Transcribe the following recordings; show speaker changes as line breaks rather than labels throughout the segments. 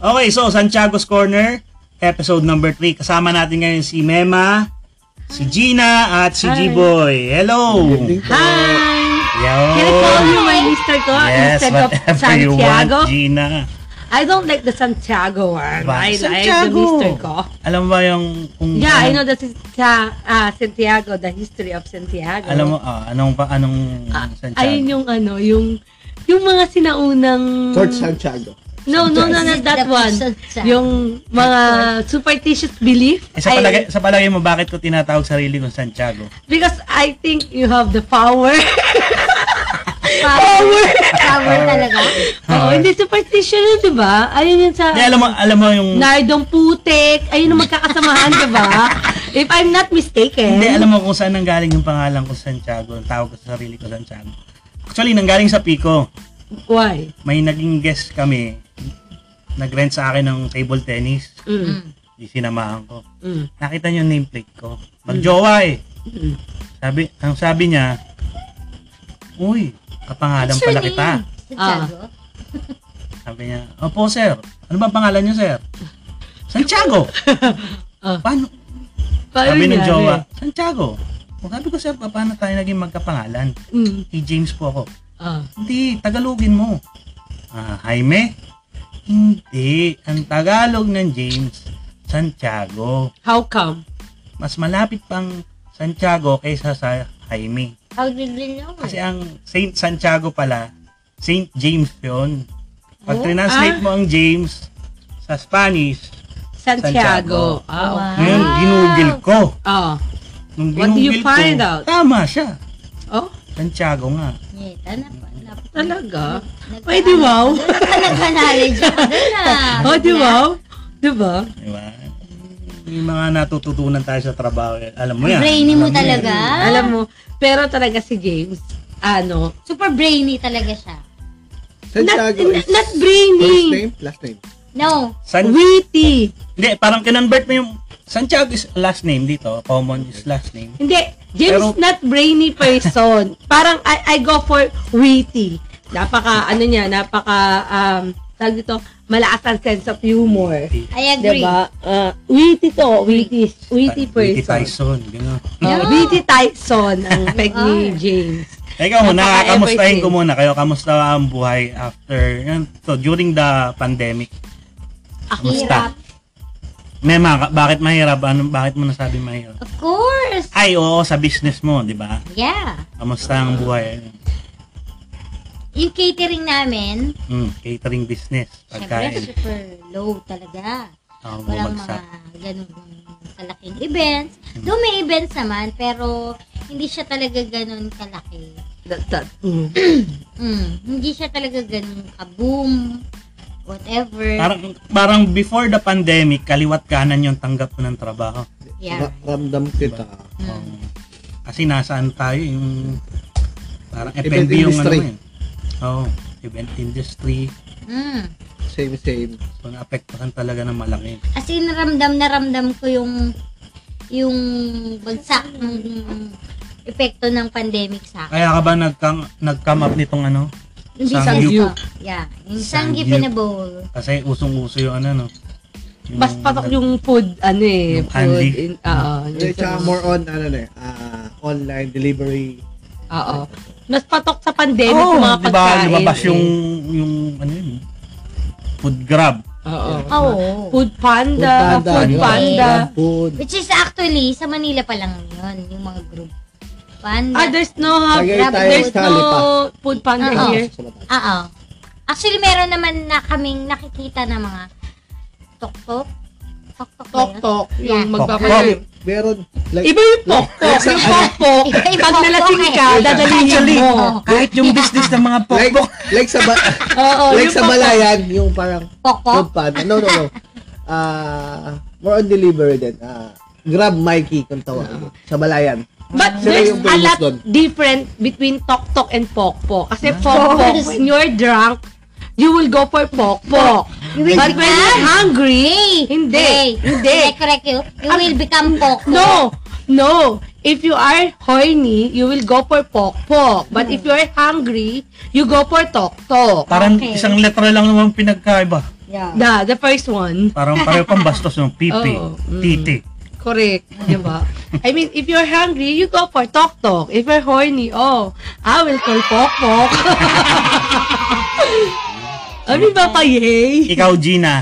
Okay, so Santiago's Corner, episode number 3. Kasama natin ngayon si Mema, si Gina, at si
Hi.
G-Boy. Hello!
Hi! Can I call
Yo!
you my Mr. Ko
Oh. Yes,
instead of
whatever you want,
Santiago?
Gina.
I don't like the Santiago one.
Ba-
I like
Santiago.
the Mr. Ko.
Alam mo ba yung... Kung,
Yeah, I know
anong-
the Sa- ah, Santiago, the history of Santiago.
Alam mo, ah, anong pa, anong
Ah,
Santiago?
ayun yung ano, yung yung mga sinaunang...
Fort Santiago.
No, no, no, not that one. Yung mga superstitious belief.
Eh, sa,
I-
palagay, sa palagay mo, bakit ko tinatawag sarili kong Santiago?
because I think you have the power.
Power! Power talaga.
Oo, hindi superstition yun, di ba? Ayun yun sa...
Hindi, alam mo, alam mo yung...
Nardong putik. Ayun ang magkakasamahan, di ba? If I'm not mistaken.
Hindi, alam mo kung saan nanggaling yung pangalan ko Santiago, ang tawag ko sa sarili ko Santiago. Actually, nanggaling sa Pico.
Why?
May naging guest kami, nag-rent sa akin ng table tennis.
Mm.
Di sinamahan ko.
Mm.
Nakita niyo yung nameplate ko.
Hmm.
Magjowa eh.
Mm.
Sabi, ang sabi niya, Uy, kapangalan
What's your
pala kita.
eh.
name? Santiago?
Sabi niya, Opo sir, ano ba ang pangalan niyo sir? Santiago!
Ah.
Paano?
Paano
Sabi ng
nangyari?
jowa, Santiago. Sabi ko sir, paano tayo naging magkapangalan?
Mm.
Si James po ako.
Ah.
Hindi, Tagalogin mo. Ah, Jaime? Hindi. Ang Tagalog ng James, Santiago.
How come?
Mas malapit pang Santiago kaysa sa Jaime.
How did we know?
Kasi ang Saint Santiago pala, Saint James yun. Pag
Oh,
translate
ah.
mo ang James sa Spanish, Santiago.
Santiago. Ah, okay.
ngayon ginugil ko.
Ah.
Nung
What do you
ginugil ko,
find out?
Tama siya.
Oh,
Santiago nga.
Yeah, hanap, hanap.
Ano?
talaga?
Nag-
Pwede wow.
Doon ka nagka-knowledge ako. Doon na.
Oh, di wow? Di ba?
Di ba? May mga natututunan tayo sa trabaho. eh. Alam mo yan.
Brainy
Alam
mo
yan.
talaga.
Alam mo, pero talaga si James, ano,
Super brainy talaga siya.
not,
Santiago is
not
first
brainy,
name, last name.
No.
San-
witty.
Hindi, parang kinonvert mo yung Santiago is last name dito. Common is last name.
Hindi,
Pero-
James not brainy person. Parang I, I go for witty. Napaka, ano niya, napaka, um, tawag dito, malakas ang sense of humor.
I agree.
Diba? Uh, witty to, witty,
Witty
witty
Tyson.
person.
Gano'n.
Oh, witty Tyson ang peg
Ah.
ni James.
Ikaw muna,
Napaka-everything.
kamustahin ko muna kayo. Kamusta ang buhay after, yun, so during the pandemic? Kamusta?
Hirap.
Mema, ka- bakit mahirap? Ano, bakit mo nasabi mahirap?
Of course.
Ay, oo, sa business mo, di ba?
Yeah.
Kamusta ang buhay?
Yung catering namin,
Mm, catering business,
syempre
pagkain.
super low talaga.
Oo,
Walang
bumagsak. Hmm.
mga ganun kalaking events. Though may events naman, pero hindi siya talaga ganun kalaki.
That, that, mm.
Mm, hindi siya talaga ganun kaboom, whatever.
Parang, parang before the pandemic, kaliwat kanan yung tanggap mo ng trabaho.
Yeah.
Ra- ramdam kita.
Um, kasi nasaan tayo yung parang
Event
F&B yung ano
industry.
eh. Oo, event industry.
Mm.
Same, same.
So, naapektuhan talaga ng malaki.
As in, ramdam na ramdam ko yung yung bagsak ng epekto ng pandemic sa akin.
Kaya ka ba nag-come, nag-come up nitong ano?
Hindi
Sangyup.
sangyup. Yeah. Yung
Sangyup.
sangyup in a bowl.
Kasi usong-uso yung ano, no? Yung-
Mas patok yung food, ano eh,
Mm. Yung
food.
candy.
in- ah, Oo.
Hindi,
yun sa
Eh, tsaka
mga-
more on, ano na eh, ah, online delivery.
Oo. Mas patok sa pandemic
Oo,
yung mga
diba?
di ba?
pagkain.
Lumabas
eh.
yung, yung ano yun, food grab.
Oo.
Oo.
Food panda, food
yun.
panda.
Grab Food.
Which is actually, sa Manila pa lang yun, yung mga group.
Ah,
Panda.
there's no hub.
Lagay
Grab
tayo
There's
sa Calipa.
no food panda
Ah,
Oo.
here.
Oo. Actually, meron naman na kaming nakikita na mga tok-tok. Tok-tok. ba yun?
Tok-tok. Yung
Yeah.
Tok-tok.
magpapalim.
Meron, like,
Iba yung tok-tok. Yung
ano?
tok-tok.
Iba-iba
Pag nalasing ka,
tok-tok eh.
dadalhin
Actually,
mo.
kahit yung business ng mga
like,
pokpok.
like sa, ba,
Oo,
like
yung
sa
tok-tok.
Balayan, yung parang
Pokpok?
food panda. No, no, no. Ah, more on delivery din. Ah, grab Mikey kung tawagin. Sa Balayan.
But
Sila
there's
yung
a
famous
lot
doon. Ah.
different between tok-tok and pokpok. Kasi pokpok, when you're drunk, you will go for pokpok. But when you're hungry, hindi, hindi. Ah,
Correct, correct you. You will become pokpok.
No, no. If you are horny, you will go for pokpok. But if you are hungry, you go for tok-tok.
Parang
Okay.
isang letra lang naman pinagkaiba.
Yeah.
Da, the first one.
Parang pareho pang bastos ng pipi,
Oo, mm.
titi.
Correct, di ba? I mean, if you're hungry, you go for Tok Tok. If you're horny, oh, I will call Pok Pok. Ano ba pa, yay?
Ikaw, Gina,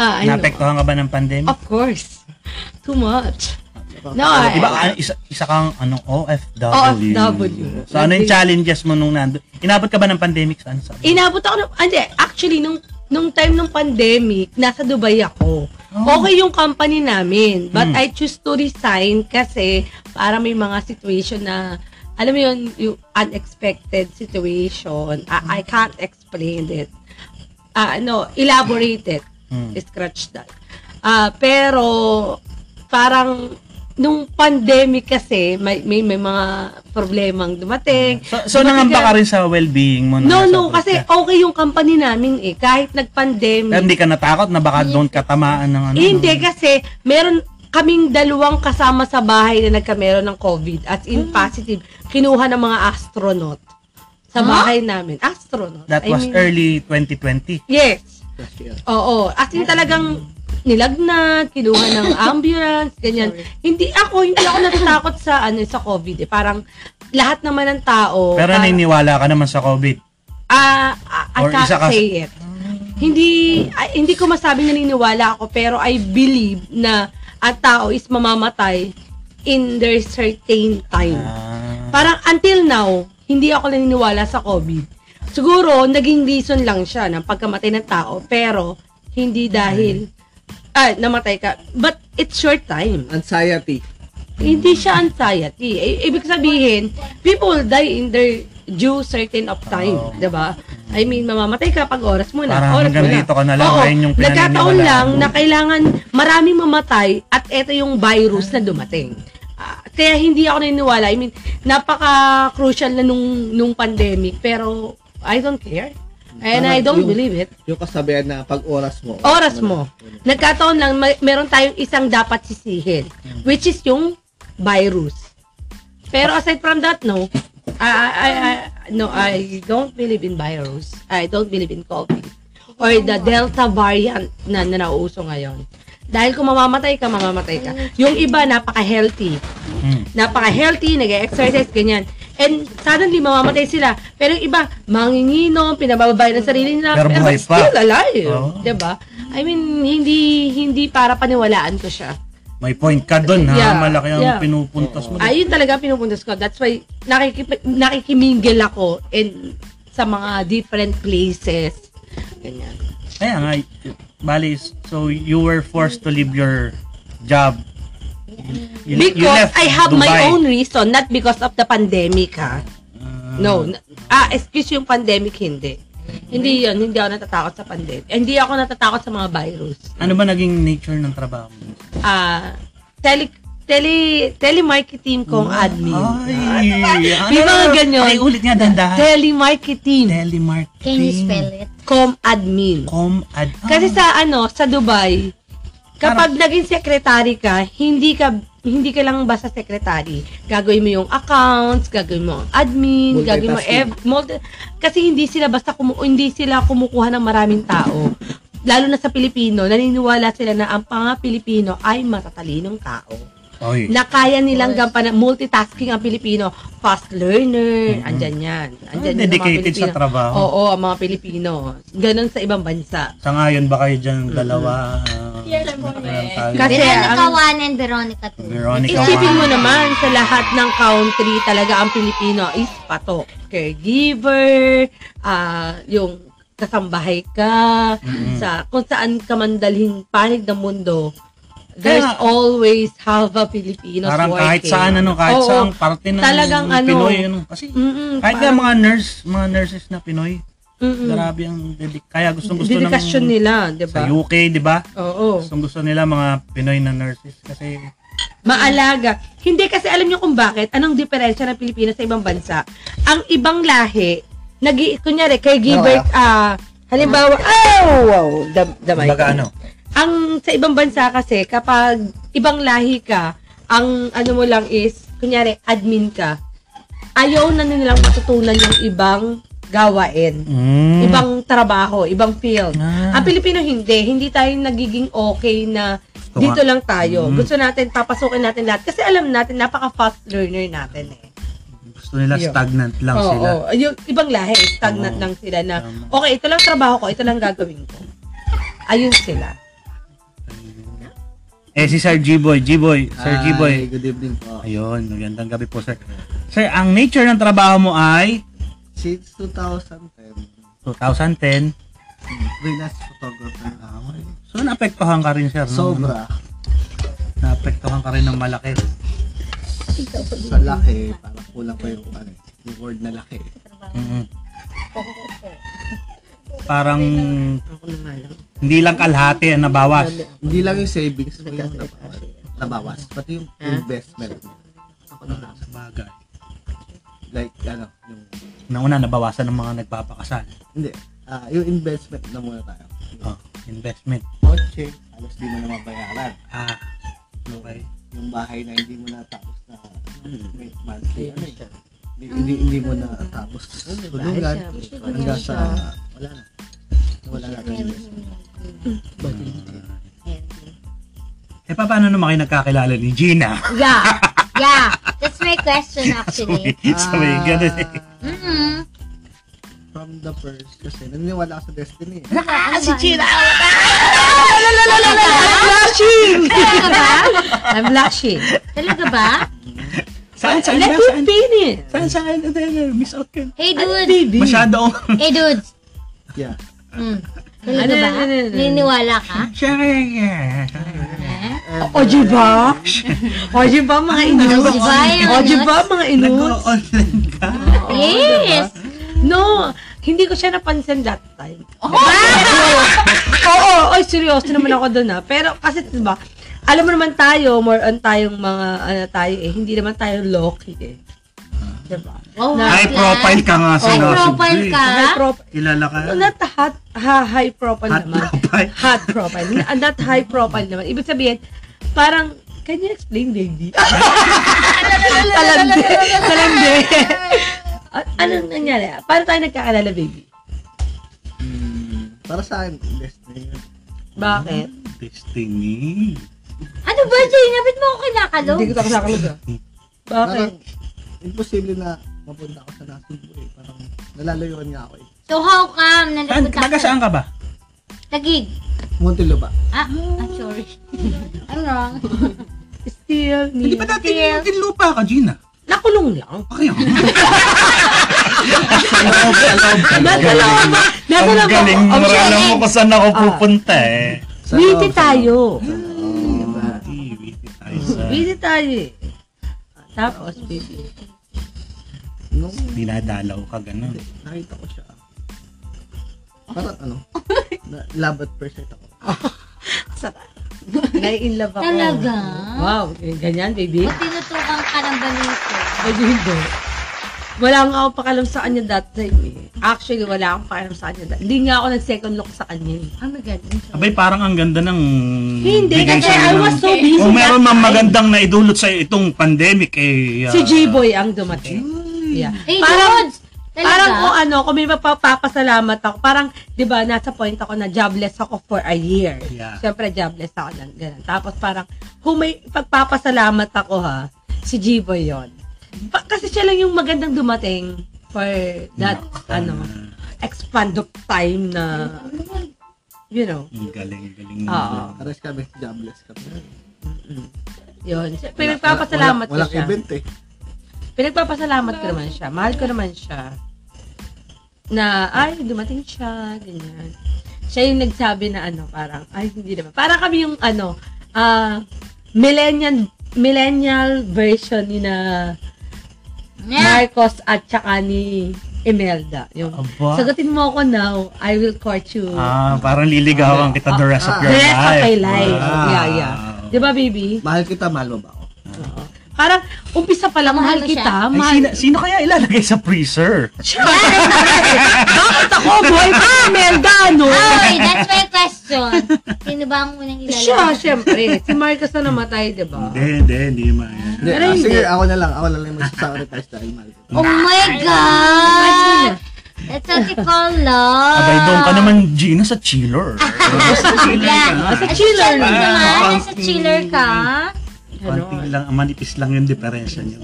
Ah, I know.
naapektuhan ka ba ng pandemic?
Of course. Too much. No,
Oh,
I,
diba, ano, isa, isa kang anong OFW.
OFW.
So, ano yung challenges mo nung nando? Inabot ka ba ng pandemic saan? Sa
Inabot ako ng, ah, hindi, actually, nung, nung time ng pandemic, nasa Dubai ako. Okay yung company namin, but
Oh. Hmm.
I choose to resign kasi para may mga situation na, alam mo yun, yung unexpected situation. I, I can't explain it. Ah, ano, elaborate it.
Hmm.
Scratch that. Ah, pero, parang, nung pandemic kasi, may, may, may mga problemang dumating.
So, so nangamba ka rin sa well-being mo?
No,
nasa
no,
abroad
kasi
ka?
okay yung company namin eh. Kahit
Pero
nag-pandemic.
hindi ka natakot na baka doon katamaan ng ano?
Eh, hindi
ng-
kasi meron kaming dalawang kasama sa bahay na nagkameron ng COVID. As in positive. Kinuha ng mga astronaut sa bahay namin. Astronaut.
That
I
was
mean-
early 2020.
Yes.
Last year.
Oo. As in talagang nilagnat, kinuha ng ambulance, ganyan. Hindi ako, hindi ako natatakot sa ano sa COVID. Eh. Parang lahat naman ng tao.
Pero
Oh, parang-
naniniwala ka naman sa COVID.
Ah, I, I
Or
can't
isa ka-
say it. Hindi, ah, hindi ko masabing naniniwala ako, pero I believe na ang tao is mamamatay in their certain time.
Ah.
Parang until now, hindi ako naniniwala sa COVID. Siguro, naging reason lang siya ng pagkamatay ng tao, pero hindi dahil, ah, namatay ka. But it's your time.
Anxiety.
Hindi siya anxiety. I- ibig sabihin, people die in their due certain of time,
Oo.
'di ba? I mean, mamamatay ka pag oras mo na.
Parang
oras
hanggang
mo na.
dito ka na lang,
Oo,
ayun yung
Nagkataon
pinaniniwalaan
lang
mo.
na kailangan maraming mamatay at ito yung virus na dumating. Ah, kaya hindi ako naniniwala. I mean, napaka-crucial na nung nung pandemic, pero I don't care. And
Parang
I don't
yung-
believe it.
Yung kasabihan na pag oras mo.
Oras mo. Nagkataon lang, may, meron tayong isang dapat sisihin, which is yung virus. Pero aside from that, no, I, I, I- I- no, I don't believe in virus. I don't believe in COVID. Or the Delta variant na, na nauso ngayon. Dahil kung mamamatay ka, mamamatay ka. Yung iba, napaka-healthy
Hmm.
napaka-healthy, nag-exercise, ganyan. And suddenly, mamamatay sila. Pero yung iba, manginginom, pinababay ng sarili nila.
Pero buhay pa.
still alive.
Oo.
Diba? I mean, hindi, hindi para paniwalaan ko siya.
May point ka doon ha.
Yeah,
Malaki ang
yeah.
pinupuntas mo.
Ayun talaga ang pinupuntas ko. That's why, nakikip, nakikimingle ako in, sa mga different places. Ganyan.
Kaya nga, bali, so you were forced to leave your job. You- you left
Because I have my
Dubai.
own reason, not because of the pandemic, ha?
Mm.
No. n- Ah, excuse yung pandemic, hindi. Hindi yun, hindi ako natatakot sa pandemic. Hindi ako natatakot sa mga virus.
Ano ba naging nature ng trabaho mo?
Ah, tele, tele, telemarketing kong
Mm.
admin.
Ay, ano,
May mga
ano,
ganyan.
Ay, ulit nga, dandahan.
Telemarketing
Telemarketing.
Can you spell it?
com admin.
Com ad.
Kasi sa ano, sa Dubai, kapag naging secretary ka, hindi ka hindi ka lang basta secretary. Gagawin mo yung accounts, gagawin mo ang admin, gagawin mo ev multi- kasi hindi sila basta kumu- hindi sila kumukuha ng maraming tao. Lalo na sa Pilipino, naniniwala sila na ang panga Pilipino ay matatalinong tao
Oy.
na kaya nilang gampanan multitasking ang Pilipino. Fast learner, andyan yan.
Mm-hmm. Ah,
Andyan yan ang mga
dedicated sa
Pilipino.
trabaho.
Oo, ang mga Pilipino. Ganon sa ibang bansa.
Sangayon ba kayo dyan dalawa? Ah, meron tayo.
Kasi
Veronica
ang-
1 and Veronica 2.
Veronica
Isipin mo
Juan.
naman, sa lahat ng country, talaga ang Pilipino is patok. Caregiver, ah yung kasambahay ka, sa kung saan ka man dalhin panig ng mundo, there's
Kaya-
always have a Filipino
Parang kahit saan, ano, kahit
Oo.
saan, parte ng
Talagang ano,
Pinoy. Ano, kasi
Mm-mm,
kahit nga
parang-
mga nurse, mga nurses na Pinoy,
Mm-mm.
grabe ang dedik. Kaya gustong gusto ng
Dedikasyon nila, di
sa
ba?
UK, di ba?
Oo.
Gustong gusto nila mga Pinoy na nurses kasi
Maalaga. Hindi kasi alam niyo kung bakit. Anong diferensya ng Pilipinas sa ibang bansa? Ang ibang lahi, nag kunyari, kay Gilbert, ah, halimbawa, oh, wow, dam, damay.
kumbaga ano,
Ang sa ibang bansa kasi, kapag ibang lahi ka, ang ano mo lang is, kunyari, admin ka, ayaw na nilang matutunan yung ibang gawain.
mm,
Ibang trabaho, ibang field.
Ah.
Ang Pilipino hindi, hindi tayo nagiging okay na
Oo
dito
nga.
lang tayo.
Mm.
Gusto natin papasukin natin lahat kasi alam natin napaka-fast learner natin eh.
Gusto nila
Yeah.
stagnant lang
Oo,
sila.
oo. Yung ibang lahi, stagnant
Oo.
lang sila na
Tama.
okay, ito lang trabaho ko, ito lang gagawin ko. Ayun sila.
Eh si Sir G-Boy, G-Boy, Sir G-Boy.
Ay, Good evening po.
Ayun, magandang gabi po sir. Sir, ang nature ng trabaho mo ay
Since 2010,
2010.
freelance photographer na ako. eh.
So naapektuhan ka rin sir. ng-
Sobra.
Naapektuhan ka rin ng malaki.
Sa laki, parang kulang ko yung, ano, yung word na laki.
Mm-mm. Parang
Ako naman lang.
hindi lang kalahati ang nabawas.
Hindi lang yung savings mo yung nabawas, nabawas pati yung investment mo.
Sa bagay.
Like, ano, yung,
Nauna, nabawasan ng mga nagpapakasal.
hindi, ah, yung investment na muna tayo.
Oh, investment.
Kotse, halos di mo na mabayaran.
Ah, okay.
Yung bahay na hindi mo natapos na may monthly, ano eh. Hindi, hindi, hindi mo na tapos tulugan. Hanggang sa, wala na. Wala na yung investment.
Eh, pa- paano naman kayo nagkakilala ni Gina?
Yeah. Yeah. That's my question actually. Mm-hmm.
so, may ganun eh.
Mm-mm.
From the first, kasi naniniwala ako sa destiny. eh.
Ah, si Chira.
Talaga ba? I'm blushing.
Talaga ba?
Saan, saan, saan,
Let me
saan?
finish.
Saan, saan? Ano, ano, Miss out ka.
Hey dudes.
Baby.
Masyado ang...
Hey dudes.
Yeah.
Mm. Talaga
Ano,
ba?
ano, ano, ano.
Niniwala ka?
O, Oh, di ba? O, di ba, mga ino?
di ba yun?
O, di ba, mga ino?
Nag-online ka.
Yes.
No, hindi ko siya napansin that time. Oo, oo, oy, seryoso naman ako doon ha. Pero kasi 'di ba, alam mo naman tayo, more on tayong mga ano tayo eh, hindi naman tayo loki eh. 'Di ba?
Wow,
High
Flash.
profile ka nga sa
High
nasa
profile
G.
ka.
High profile.
Kilala ka.
Not hot, ha, high profile
Ah? Hot
naman.
profile.
Hot profile. N- uh, Not high profile naman. Ibig sabihin, parang, can you explain, lady? Talande. Talande. A- Anong nangyari? Paano tayo nagkakaalala, baby?
Mm, para sa akin, destiny yun.
Bakit?
Destiny.
Ano ba, Jay? Napit mo ako kinakalo?
Hindi ko tapos nakalog ah. Bakit?
Parang, imposible na mapunta ako sa Nasugbo eh. Parang, nalalayuan nga ako eh.
So how come
Saan,
nanapunta
taga
ka?
saan ka ba?
Tagig.
Muntinlupa.
Ah, I'm sorry. I'm wrong.
Ano Still
Hindi
need.
ba dati
Hindi.
yung lupa ka, Gina?
Nakulong lang.
Okay ako.
Nasa lang ba? Nasa lang ba? Oh,
Alam mo kung saan ako pupunta eh.
Witty tayo.
Witty tayo sa...
Witty tayo eh. Tapos, baby.
Nung
Dinadalaw ka, gano'n.
nakita ko siya, parang ano, na, labat percent ako.
Nai-in love ako.
Talaga?
Wow. eh, Ganyan, baby.
Ba't tinutukan ka ng balito?
Medyo hindi. Wala nga akong pakalam sa kanya that time eh. Actually, wala akong pakalam sa kanya. that- Hindi nga ako nag-second look sa kanya eh.
Oh my God, I'm sorry.
Abay, parang ang ganda ng...
Hindi,
bigay
kasi
sa'yo
I
ng-
was so busy
Kung meron
that
mang
time.
magandang na idulot sa itong pandemic, eh... ah,
Si J-Boy ang dumating. Yeah.
Hey,
Parang,
dudes! Talaga?
parang kung ano, kung may mapapasalamat ako, parang, di ba, nasa point ako na jobless ako for a year.
Yeah.
Siyempre, jobless ako lang. Ganun. Tapos parang, kung may pagpapasalamat ako ha, si G-Boy yun. Pa- kasi siya lang yung magandang dumating for that, ano, expand of time na, you know,
Ang galing, galing.
Oo.
Aras kami, jobless kami.
yun. Siya- Pinagpapasalamat ko
wala,
siya.
Walang event eh.
Pinagpapasalamat ko naman siya. Mahal ko naman siya. Na, ay, dumating siya, ganyan. Siya yung nagsabi na ano, parang, ay, hindi naman. Parang kami yung ano, ah, millennial, millennial version ni na
Yeah.
Marcos at saka ni Imelda. Yung,
Aba.
sagutin mo ako now, I will court you.
Ah, parang liligawan kita the rest of your life.
the rest of my life.
Wow.
Yeah, yeah. Di ba, baby?
Mahal kita, mahal mo ba ako?
Parang, umpisa pa lang, mahal
Mahal mo siya.
kita.
Ay,
Mahal
sino, sino kaya ilalagay sa freezer?
Bakit ako, boy? Ah, Imelda, no?
Oy, that's my question. Sino ba ang unang ilalagay?
Siya, syempre. Si Marcos na namatay, di ba?
Hindi, hindi, hindi ma.
Hindi,
Pero
ah,
hindi.
sige, ako na lang. Ako na lang yung magsasacrifice dahil mahal kita.
Oh my Oh God! That's so Political love. Ah,
Abay, doon
Ah.
ka naman, Gina, sa chiller. sa
Yeah.
ka.
Sa chiller ka naman.
Ah,
Nasa chiller ka.
Ano?
Konti lang, manipis lang yung diferensya niyo.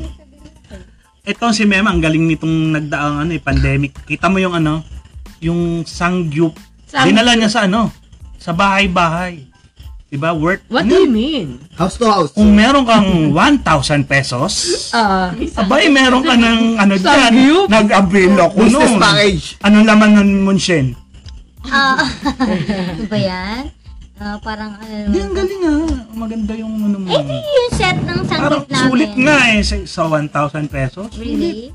Ito si Mema, ang galing nitong nagdaang ano, eh, pandemic. Kita mo yung ano, yung sangyup.
Sang-
Dinala niya sa ano, sa bahay-bahay. Diba? Worth.
What
Ano?
do you mean?
House to house.
Kung meron kang 1,000 pesos,
Ah,
abay, meron ka ng ano dyan.
Sangyup?
Nag-avail ako
Business
noon.
package.
Anong laman ng munshin?
Ah. Ano ba yan? Ah, parang ano
Hindi, ang galing ah. Maganda yung ano mo.
Eh, di yung set ng
Parang
sanggit namin.
sulit nga eh sa, sa 1,000 pesos.
Really?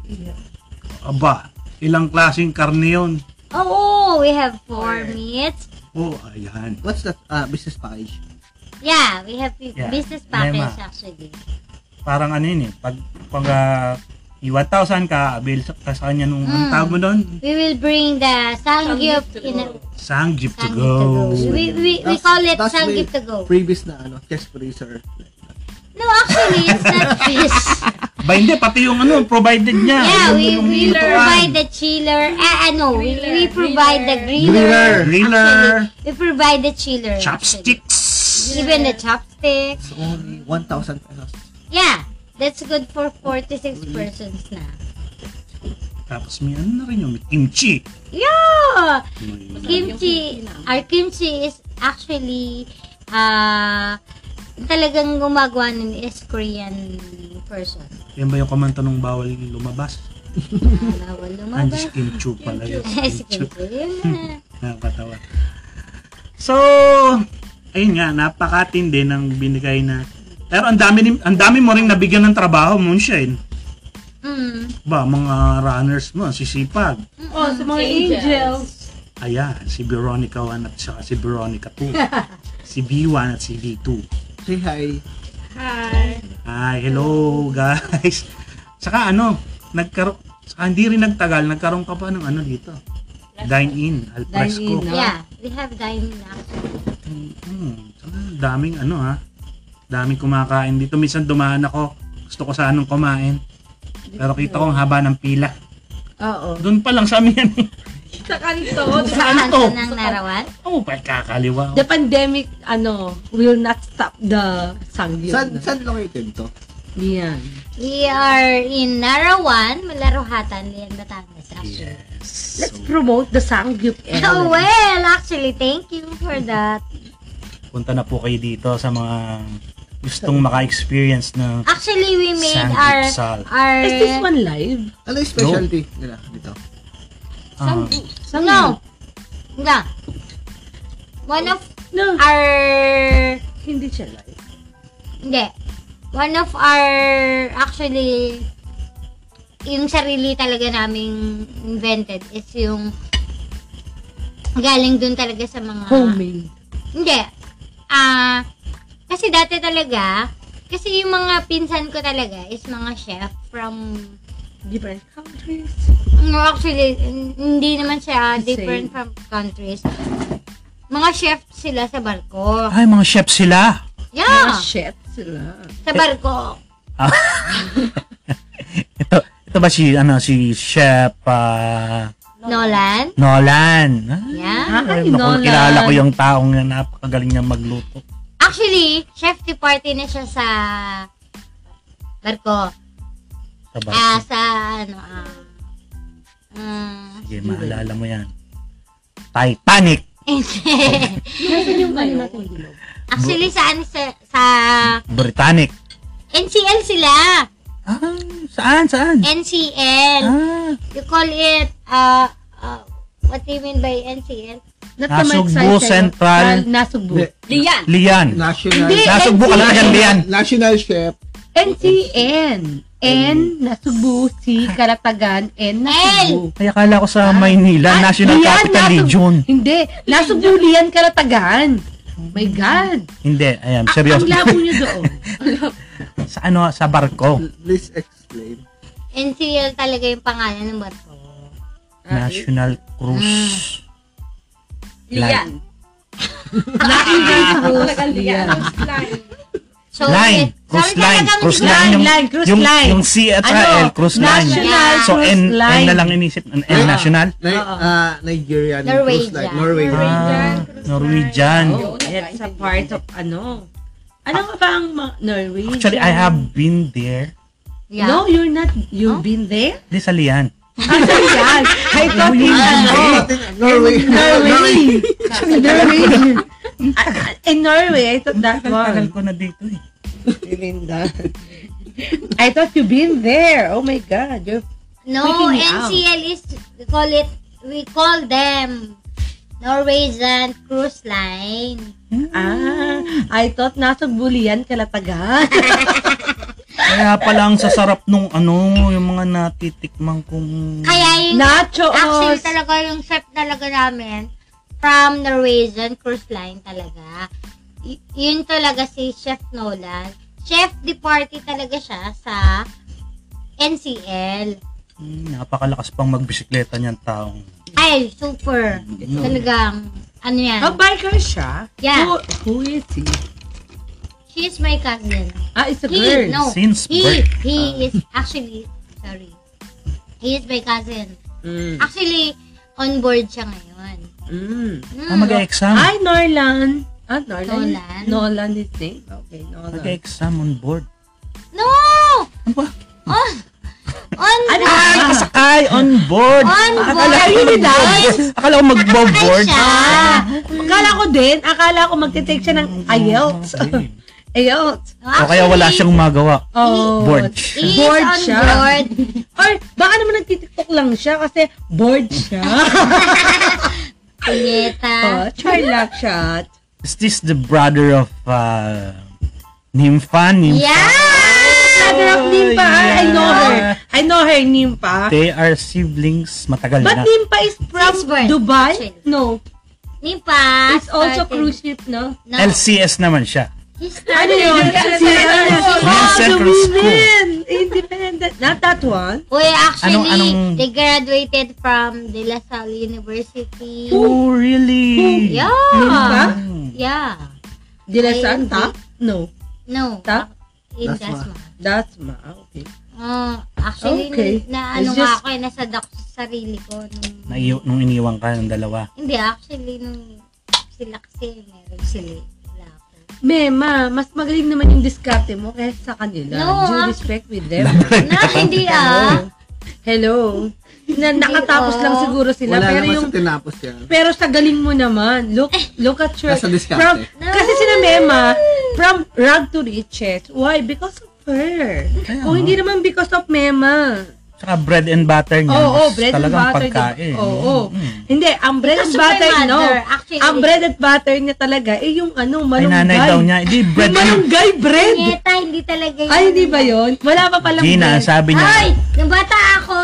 Aba, ilang klaseng karne yun.
Oo, Oh, we have four meats.
Oh, ayan.
What's that? Ah, business package.
Yeah, we have fif-
Yeah.
business
Lema.
package actually.
Parang ano yun eh. Pag, pag ah, i 1,000 ka, abil sa, ka sa kanya nung mm.
Mm.
tawag mo doon.
We will bring the sangyup in a
Sangyup to
sangyup
go.
to go. We, we, we
That's-
call it
that's
sangyup
way
to go.
Previous na ano, chest freezer.
No, actually, it's not fish.
Ba hindi, pati yung ano, provided niya.
Yeah,
Yung-
we,
yung
we
lutuan.
provide the chiller. Ah, ano, we, we provide the
Griller.
griller.
Griller,
Actually, we provide the chiller. actually.
chopsticks.
Even the
It's
chopsticks.
only 1,000 pesos.
Yeah, that's good for 46 persons na.
Tapos may ano na rin yung may kimchi.
Yeah!
May-
Kimchi, our kimchi is actually, ah, talagang gumagawa nun is Korean person.
Yan ba yung kumanta nung bawal lumabas?
Bawal lumabas.
Andes kimchi pala yun.
Ay, si kimchi, yun na.
Nakakatawa. So, ayun nga, napakatindi ng binigay na. Pero ang dami, ni- ang dami mo ring nabigyan ng trabaho, Moonshine.
Mm.
Ba, mga runners mo, si Sipag.
oh, sa mga angels.
Ayan, si Veronica 1 at saka si Veronica 2. si B1 at si B2.
Say hi.
Hi.
Hi, hello guys. Saka ano, nagkaroon, saka hindi rin nagtagal, nagkaroon ka pa ng ano dito. Dine-in, al fresco.
Dine-in, no?
Yeah, we have dining now.
Hmm, saka daming ano ha. Daming kumakain dito. Minsan dumaan ako, gusto ko sanang kumain. Pero kita ko ang haba ng pila.
Oo.
Doon pa lang sa amin yan.
Sa kanto,
Sa kanto.
Sa ng Narawan.
Oo, pa Oh, kakaliwa. ako.
the pandemic, ano, will not stop the sangyup.
Saan, saan located to?
Yan.
We are in Narawan, Malaruhatan, Lian, Batangas, actually.
Yes.
Let's
So,
promote the sangyup.
Oh,
Ellen.
well, actually, thank you for that.
punta na po kayo dito sa mga gustong maka-experience ng
Actually, we made our
Sanggipsal.
our
Is this one live?
Ano yung specialty nila dito?
ah,
no. Nga. One of
No, Ah.
our
hindi siya live.
hindi. One of our actually yung sarili talaga naming invented is yung galing dun talaga sa
Ah.
mga
Homemade.
Hindi. Ah, kasi dati talaga, kasi yung mga pinsan ko talaga is mga chef from,
Different countries.
no, actually, n- hindi naman siya
Same.
different from countries. Mga chef sila sa barko.
ay, mga chef sila.
Mga
Yeah,
chef sila.
sa barko.
Ah. Ito, ito ba si, ano, si Chef ah,
Nolan.
Nolan? Ah,
Yeah.
Ay,
naku,
Nolan.
Kilala ko yung taong na napakagaling niya magluto.
Actually, chef de party na siya sa barko.
Sa bahay.
Ah, sa ano, ah, ah,
Sige, maalala mo yan. Titanic!
Nasaan yung ano natin bilog?
actually, sa, ano, sa, sa
Britannic!
NCL sila.
Ah, saan? Saan?
NCL.
Ah,
You call it, uh, uh, what do you mean by NCL?
Nasugbu Central.
Nasugbu.
Hindi.
Lian.
Lian!
National.
Hindi.
Nasugbo ka lang Ah, yan, Lian!
National chef.
NCN. N, Nasugbu, C, Karatagan, N, Nasugbu.
Ay, akala ko sa Maynila,
Ah,
National
Lian,
Capital
Nasug-
Region.
Hindi. Nasugbu, Lian, Karatagan. Oh my God.
Hindi, ayan,
Ah,
seryoso.
Ang labo niyo doon.
sa ano, sa barko.
Please explain.
NCL talaga yung pangalan ng barko.
Ah, eh.
National Cruise. Lian.
Lian. Lian.
So,
Line,
eh,
cruise
sabi
line,
talagang
cruise
bigla-
line.
Line,
yung-
line, cruise
yung,
line.
Yung C at saka
Ano?
L, cruise line.
National
So,
cruise
N, N
line.
na lang inisip, N
Ah.
na national.
Na, ah, Nigerian cruise line.
Norwegian.
Norwegian.
Ah, Norwegian.
Oh, that's a part of ano. Ano nga ba ang ma- Norwegian?
Ah. Actually, I have been there.
Yeah.
No, you're not. You've
Huh?
been there? Ah,
Di sa Lian.
Actually, yan. I thought you
Ah, Norway. Norway.
Norway. Norway. Ah, In Norway, I thought that
Tagal
one.
ko na dito eh.
Linda. I thought you've been there. Oh my God. You're
No,
Freaking me out.
NCL is, we call it, we call them Norwegian Cruise Line.
Ah, I thought nasa Bulian ka na taga.
Kaya pala ang sasarap nung ano, yung mga natitikman kong...
Kaya yung,
Nacho
actually talaga yung chef talaga namin, from Norwegian Cruise Line talaga. Y- yun talaga si Chef Nolan. Chef de party talaga siya sa NCL.
Hmm, napakalakas pang magbisikleta niyan taong.
Ay, super. Talagang, ano yan.
Oh, biker siya?
Yeah.
Who, who is he?
She's my cousin.
Ah, it's a
He,
girl.
no.
Since
He,
birth.
he is actually, sorry. He is my cousin.
Mm.
Actually, on board siya ngayon.
Mm.
Mm.
Ah, mag-exam.
Ay, Norlan. Ah, Norlan.
Nolan.
Nolan is name. Okay, Nolan.
Mag-exam on board.
No!
Ano ba?
On, on
Ano?
board.
Ah,
Kasakay on board!
On
Akala
board.
ko
Ayun na.
mag-board. Akala ko mag-board.
siya.
Ah, akala ko din. Akala ko magte-take siya ng IELTS. IELTS.
No,
O kaya wala
actually,
siyang magawa.
Oh.
Board.
He is
Board
on
siya.
board.
Or baka naman nagtitiktok lang siya kasi bored siya.
Punyeta.
oh, try luck shot.
Is this the brother of uh, Nympha? Nympha?
Yeah!
Mother
Oh,
of Nimpa. I know
yeah.
her. I know her, Nimpa.
They are siblings matagal
But
na.
Nimpa is from
She's born,
Dubai?
actually.
No.
Nipa.
It's also
started-
cruise ship, no?
No.
LCS naman siya.
Ano
He started.
yun? Si, ano,
Vincent
the
Cruz Cool.
women! Independent. Not that one.
Uy, actually,
Anong- anong-
they graduated from De La Salle University.
Oh, really?
Yeah.
Nimpa?
Yeah.
De La
Ay,
Santa? No.
No.
Ta?
In
Dasma.
Dasma.
That's ma. ah, Okay.
Oh, actually,
Okay.
na
It's
ano
just-
nga ako, eh, nasadak ko sa sarili ko. Nung,
Naiyo, nung iniwan ka ng dalawa.
hindi, actually, nung sila kasi, meron sila. Wala ako.
Mema, mas magaling naman yung diskarte mo kaysa sa kanila.
No,
Due
ah.
respect with them.
Na, hindi ah.
Hello. Na, nakatapos
oh.
lang siguro sila.
Wala
pero
naman
yung
sa tinapos yan.
pero sa galing mo naman, look look at your
Nasa diskarte.
from,
No.
kasi sina Mema from rag to riches. Why? Because of her. Kung hindi naman because of Mema.
Tsaka bread and butter niya.
Oo, oh,
is
bread and
talagang
butter. di ba?
pagkain.
Oo. Oh,
Mm.
Hindi, ang bread and
Because of my
butter, no.
mother, actually.
Ang bread and butter niya talaga, eh yung ano,
Ay,
malunggay.
nanay daw niya. Hindi, bread.
Yung malunggay bread.
Nyeta, hindi talaga yun.
Ay, hindi ba yun? Wala pa palang
Gina,
bread.
sabi niya.
Ay, nung bata ako,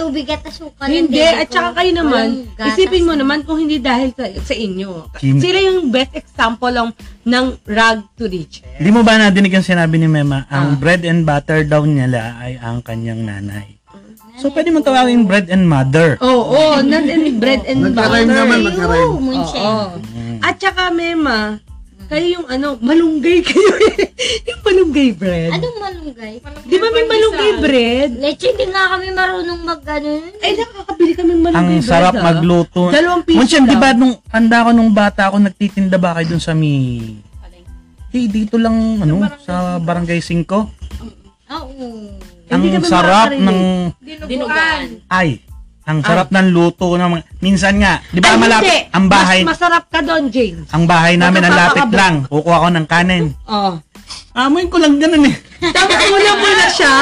tubig at asukal. ang
Hindi,
baby
at
ko.
saka kayo naman,
Walang gatas
isipin mo
na.
naman kung hindi dahil sa, sa inyo.
Kim-
Sila yung best example ng, ng rag to riches.
Hindi mo ba nadinig ang sinabi ni Mema? Ang
Ah.
bread and butter daw nila ay ang kanyang nanay. So, pwede mong tawagin bread and mother.
Oo, oh, oh, not in bread and
Nagkaroon
butter.
naman,
Ayun,
nagkaroon.
munchen.
Oo. At saka, Mema, kayo yung ano, malunggay kayo eh. yung malunggay bread.
Anong malunggay?
Di ba
Ano
may malunggay bread?
Leche, hindi nga kami marunong mag ganun.
Ay, nakakabili kami ng malunggay
Ang
bread.
sarap
ah.
magluto.
Dalawang piso
Munchen,
lang.
di ba nung handa ko nung bata ako, nagtitinda ba kayo dun sa mi... Hey, dito lang, ano, sa Barangay 5.
Oo.
Ang
Eh, Hindi kami
sarap
makakarinig.
ng...
Dinuguan.
Ay, ang sarap ng luto ng mga... Minsan nga, di
Ay,
ba
hindi.
malapit? Ang bahay,
Mas masarap ka doon, James.
ang bahay namin ang lapit
Magpapakabla-
lang. Kukuha ko ng kanin.
Oh.
Amoy ko lang ganun eh.
Tapos muna muna siya.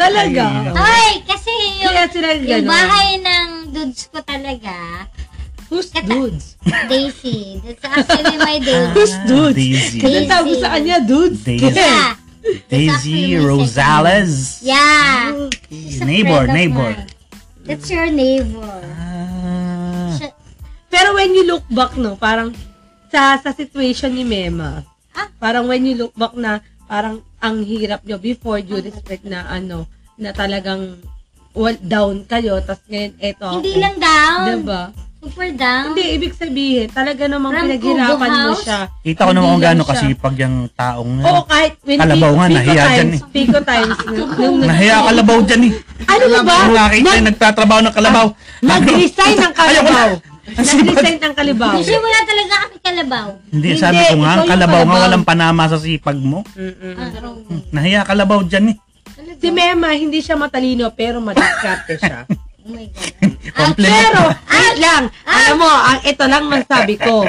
Talaga.
Ay, kasi yung,
Kaya sila
yung
ganun.
bahay ng dudes ko talaga,
Who's dudes?
Daisy. That's actually my dude.
Who's dudes?
Daisy.
Kasi tawag sa kanya, dudes.
Daisy.
Yeah.
Daisy Rosales.
Yeah. She's a
Neighbor,
friend of
neighbor.
mine. That's your neighbor.
Ah.
Siya-
Pero when you look back, no, parang sa sa situation ni Mema,
Ah.
parang when you look back na parang ang hirap nyo before due respect na ano, na talagang well, down kayo, tapos ngayon eto ako.
Hindi lang down.
Diba?
Super down.
Hindi, ibig sabihin, talaga namang
From
pinaghirapan
Kubo
mo
House?
siya.
Kita ko naman kung
Hindi lang
gaano
siya.
kasipag yung taong na.
Oo, kahit when
Kalabaw nga, nahiya
times,
dyan eh.
Pico times. nung- nung-
Nahiya kalabaw dyan eh.
ano mo ba? Ah.
Ang laki na eh, nagtatrabaho ng kalabaw.
Nag-resign ang kalabaw. Nag-resign ang kalabaw.
Kasi wala talaga kami kalabaw.
Hindi,
Hindi,
sabi ko nga, ang
ikaw yung
kalabaw nga
kalabaw.
walang panama sa sipag mo.
Mm-mm.
Ah, true.
Nahiya kalabaw dyan eh.
Si Mema, hindi siya matalino, pero madiskarte siya.
Hmm.
Oh my God.
Compliment.
Ah, pero, wait lang. Alam mo, ang ito lang masabi ko.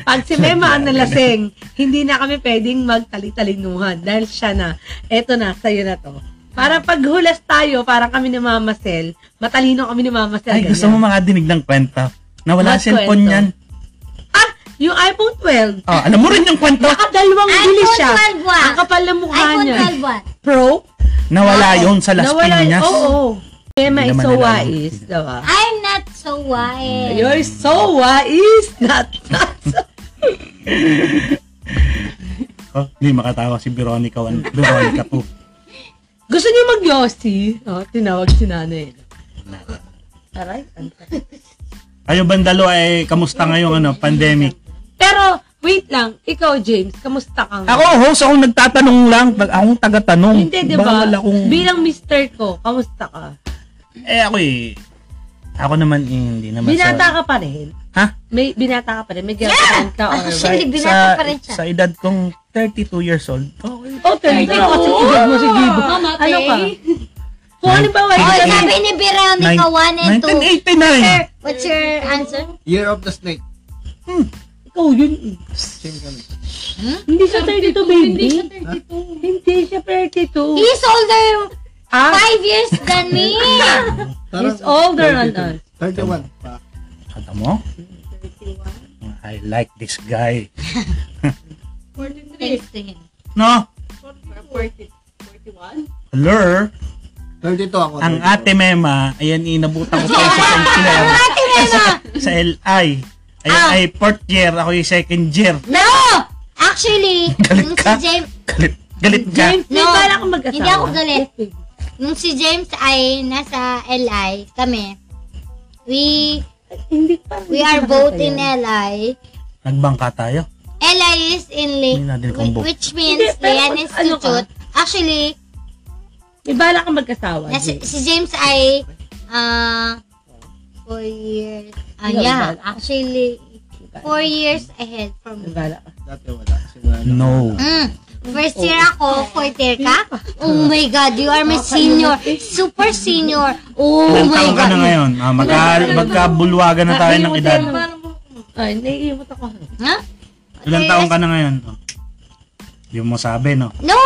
Pag si Mema ang nalasing, hindi na kami pwedeng magtalitalinuhan dahil siya na, eto na, sa'yo na to. Para pag hulas tayo, parang kami ni Mama Sel, matalino kami ni Mama Sel.
Ay, gusto mo makadinig ng kwenta. Na wala
Mas
cellphone
kwento.
yan.
Ah, yung iPhone 12.
Ah, alam mo rin yung kwento
Nakadalawang
iPhone
bili siya.
12 wa.
Ang kapal ng mukha
iPhone
niya.
12 what?
Pro?
na wala yun sa Las
Ah, Nawala-
Piñas.
Oo. Oh,
Hindi
Mema is
naman
so
nila alam.
wise, diba?
I'm not so wise.
Your sowa is not
Oh, hindi makatawa si Veronica, Wan- Veronica po.
Gusto niyo mag Oh, tinawag si nanay. Aray, ang-
Kayo bandalo ay kamusta ngayong ano, pandemic?
Pero, wait lang. Ikaw, James, kamusta ka? nga?
Ako, host, akong nagtatanong lang. Pag akong taga-tanong.
Hindi, di ba?
Bawal akong...
Bilang mister ko, kamusta ka?
Eh, ako eh. Ako naman eh, hindi naman sa...
Binata ka pa rin?
Ha?
May binata ka pa rin? May girlfriend ka? Or
Actually, Ah, binata
Sa,
pa rin siya.
sa edad kong 32 years old. Okay.
Oh, thank you. Kasi edad mo si Gibo. Ano ka? Kung ano ba,
Oh,
wait.
sabi ni Veronica 1 and 2.
1989!
What's your answer?
Year of the Snake.
Ikaw yun. eh.
Same kami.
Hindi siya 32, baby. Hindi siya 32.
He's older
Ah,
5 years than me.
he's older than us.
31 pa.
Kata mo? I like this guy.
Thanks to him.
No? 41? Hello?
32 ako.
Ang
32.
ate Mema, ayan inabutan ko pa sa Sinclair.
Ate Mema!
Sa LI. Ayan
Ah.
ay fourth year, ako yung second year.
No! Actually,
Galit
nung si
ka?
James,
Galit, galit ka.
James, may
No.
bala kang mag-asawa.
Hindi ako galit. nung si James ay nasa LI kami, we
Hindi pa.
we are both in LI.
Nagbangka tayo.
LI is in Lake,
Hindi natin combo.
which means
Hindi, pero
Lian
ano ka?
Institute. Actually,
May bala kang mag-asawa.
nasa,
James.
si James ay uh, four years. Ah,
Ikaw,
yeah,
ibala.
actually, four years ahead
May
from me.
bala ka.
Dati wala. Simula na.
No.
Mm. First year
Oh.
ako, fourth year ka? Oh my God, you are my senior. Super senior. Oh
Ilang
my
taon ka na
God.
ngayon? Ah, magka, magkabulwagan na Ano tayo ng edad.
Ay, naiimot ako.
Huh? Eh,
Ilang taon ka na ngayon? Oh. Hindi mo sabi, no?
No!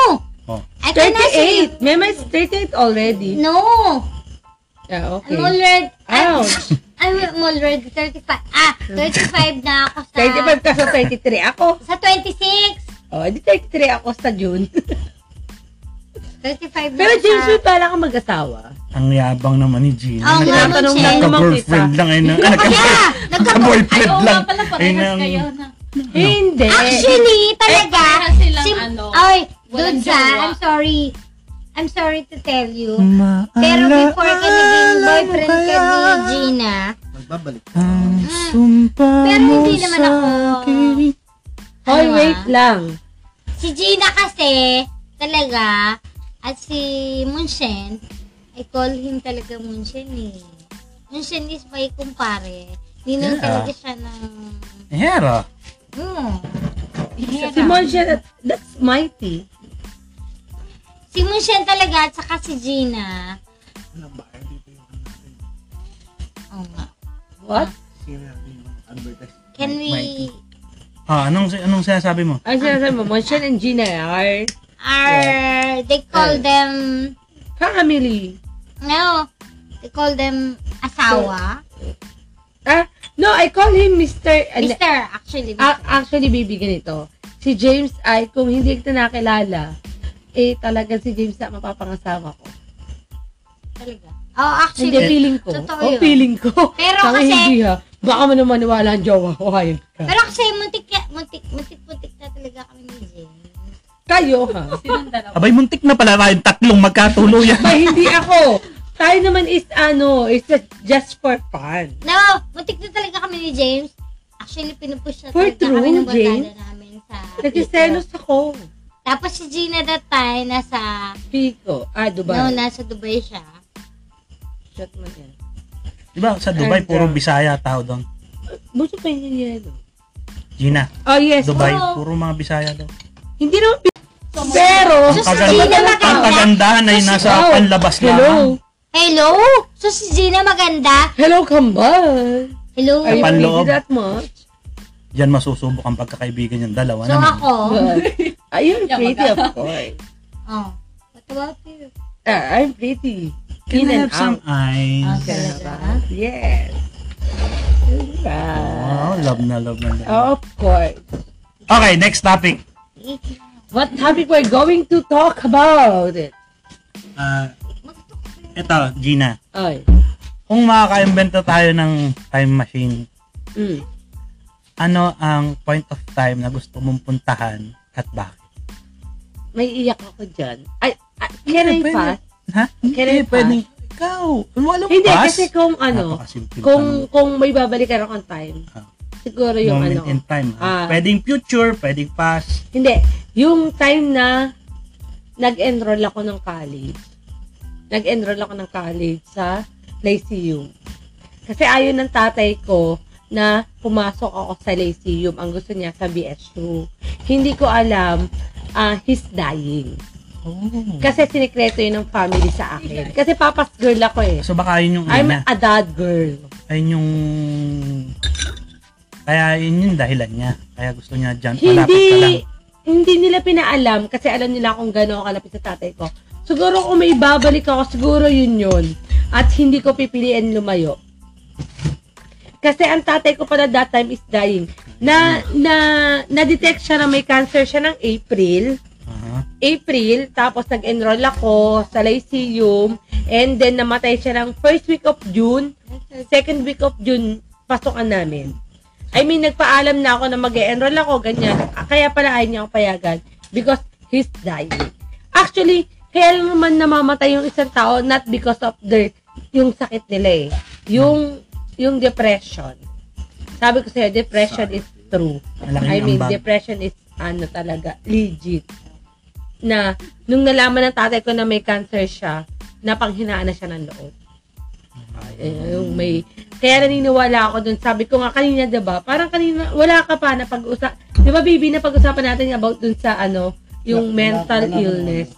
Oh.
I cannot say.
38! Mema is 38 already.
No!
Yeah,
I'm
okay.
already,
Ouch!
I'm already 35. Ah, 35 na ako sa...
35 ka sa 33 ako.
Sa 26.
Oh, di 33 ako sa June.
Ano 35 na
Pero
ako
James,
sa...
may bala kang mag-asawa.
Ang yabang naman ni Gina.
Oo nga,
Nagtatanong
Ma'am
lang
Chen.
naman
Nagka-girlfriend
kita.
lang. Ay, na,
Oh, Yeah,
nagka-boyfriend lang. Ay,
nagkabo...
nang-
Hindi.
Ah, Actually, talaga, si... Oy,
Walang
Dudza,
jowa.
I'm sorry. I'm sorry to tell you.
Maalaala
Pero before ka naging boyfriend ka
kaya
ni Gina,
Magbabalik.
Ang sumpa
Pero
mo
hindi naman
sa
ako-
akin.
Hoy,
Ano
wait
ah?
lang.
si Gina kasi, talaga, at si Munshen, I call him talaga Munshen eh. Munshen is my kumpare. Ninong
Yeah.
talaga siya ng...
Hera.
Hmm. Ano
Si Monshia, that's mighty.
Si Munshen talaga at saka si Gina. Oo nga.
What?
Sino natin yung advertise?
Can we...
Ah, anong anong sinasabi mo?
Ang sinasabi mo, Monshia and Gina are
Are... They call them...
family.
No. They call them asawa.
Ah, no, I call him Mr. and- Ah,
Mister, actually.
A- actually, baby, ganito. Si James ay, kung hindi kita nakilala, eh, talaga si James na mapapangasawa ko.
Talaga. Oh,
Hindi,
actually.
feeling ko.
Totoo
Oh,
yun.
feeling ko.
Pero
Tanging
kasi-
hindi ha. Baka mo naman maniwala ang jowa ko. Hayop ka.
Pero kasi muntik, ka- muntik, muntik, muntik na talaga kami ni James.
Kayo ha.
Abay, muntik na pala tayong tatlong magkatuluyan.
Ba, hindi ako. Tayo naman is ano, is just, just for fun.
No, muntik na talaga kami ni James. Actually, pinupush na
For
talaga kami
true,
ng barkada
James.
namin sa...
Nagsiselos ako.
Tapos si Gina that time, nasa...
Pico. Ah,
No,
Dubai.
nasa Dubai siya.
Shot man yan.
Diba sa Dubai,
And,
puro
uh,
Bisaya tao doon.
Buso pa yun yun.
Gina,
Oh, yes.
Dubai,
Oo.
puro mga Bisaya daw.
Hindi naman pi- Pero,
Ang
So, si Gina
kaganda, ang
maganda.
kagandahan ay nasa
Oh,
panlabas lamang.
Hello.
Hello? So si Gina maganda?
Hello, Kambal.
Hello?
Are you
Panloob.
busy that much?
Diyan masusubok ang pagkakaibigan yung dalawa
So
naman.
ako?
Good. I'm pretty, of course.
Oh. What about you?
Ah, I'm pretty.
Can
In
I
and
have some
out.
eyes?
Okay.
Talaga? Yes. Diba?
Wow, love na love na. love.
Of course.
Okay, next topic.
What topic we're going to talk about it?
Ah, ito,
Gina,
Ay.
kung makakaimbento tayo ng time machine,
Mm.
ano ang point of time na gusto mong puntahan at bakit?
May iyak ako dyan. Ay, ah, ay, can I pass?
Ha?
Can I
Hindi,
pass?
pwedeng ikaw. Walang
Hindi,
pass.
kasi kung ano,
Napakasimple
kung kung may babalikan akong time,
Ah.
siguro
tanong.
yung
moment
ano.
in time. ha?
Ah.
pwedeng future, pwedeng past.
Hindi, yung time na nag-enroll ako ng college. Nag-enroll ako ng college sa Lyceum. Kasi ayon ng tatay ko na pumasok ako sa Lyceum. Ang gusto niya sa BSU. Hindi ko alam, ah, he's dying. Kasi sinikreto yun ng family sa akin. Kasi papas girl ako eh.
So baka yun yung
I'm
una.
a dad girl.
Ayun yung... Kaya yun yung dahilan niya. Kaya gusto niya dyan. Malapit ka lang.
Hindi, hindi nila pinaalam kasi alam nila kung gano'n ako kalapit sa tatay ko. Siguro kung may babalik ako, siguro yun yun. At hindi ko pipiliin lumayo. Kasi ang tatay ko pala that time is dying. Na, na, na-detect siya na may cancer siya ng April.
Aha.
April, tapos nag-enroll ako sa Lyceum, and then namatay siya ng first week of June, second week of June, pasokan namin. I mean, nagpaalam na ako na mag enroll ako, ganyan. Ah, Kaya pala ayaw niya ako payagan because he's dying. Actually, kaya lang naman namamatay yung isang tao not because of their, yung sakit nila eh. Yung, yung depression. Sabi ko sa'yo, depression is true.
Malaking
I mean,
ambag.
depression is ano talaga, legit. Na, nung nalaman ng tatay ko na may cancer siya, napanghinaan na siya ng loob. Eh, yung may, kaya naniniwala ako dun. Sabi ko nga kanina, 'di ba? Parang kanina, wala ka pa na pag-usap. 'Di ba, baby, na pag-usapan natin about dun sa ano, yung
Wala-
mental
wala- wala-
illness.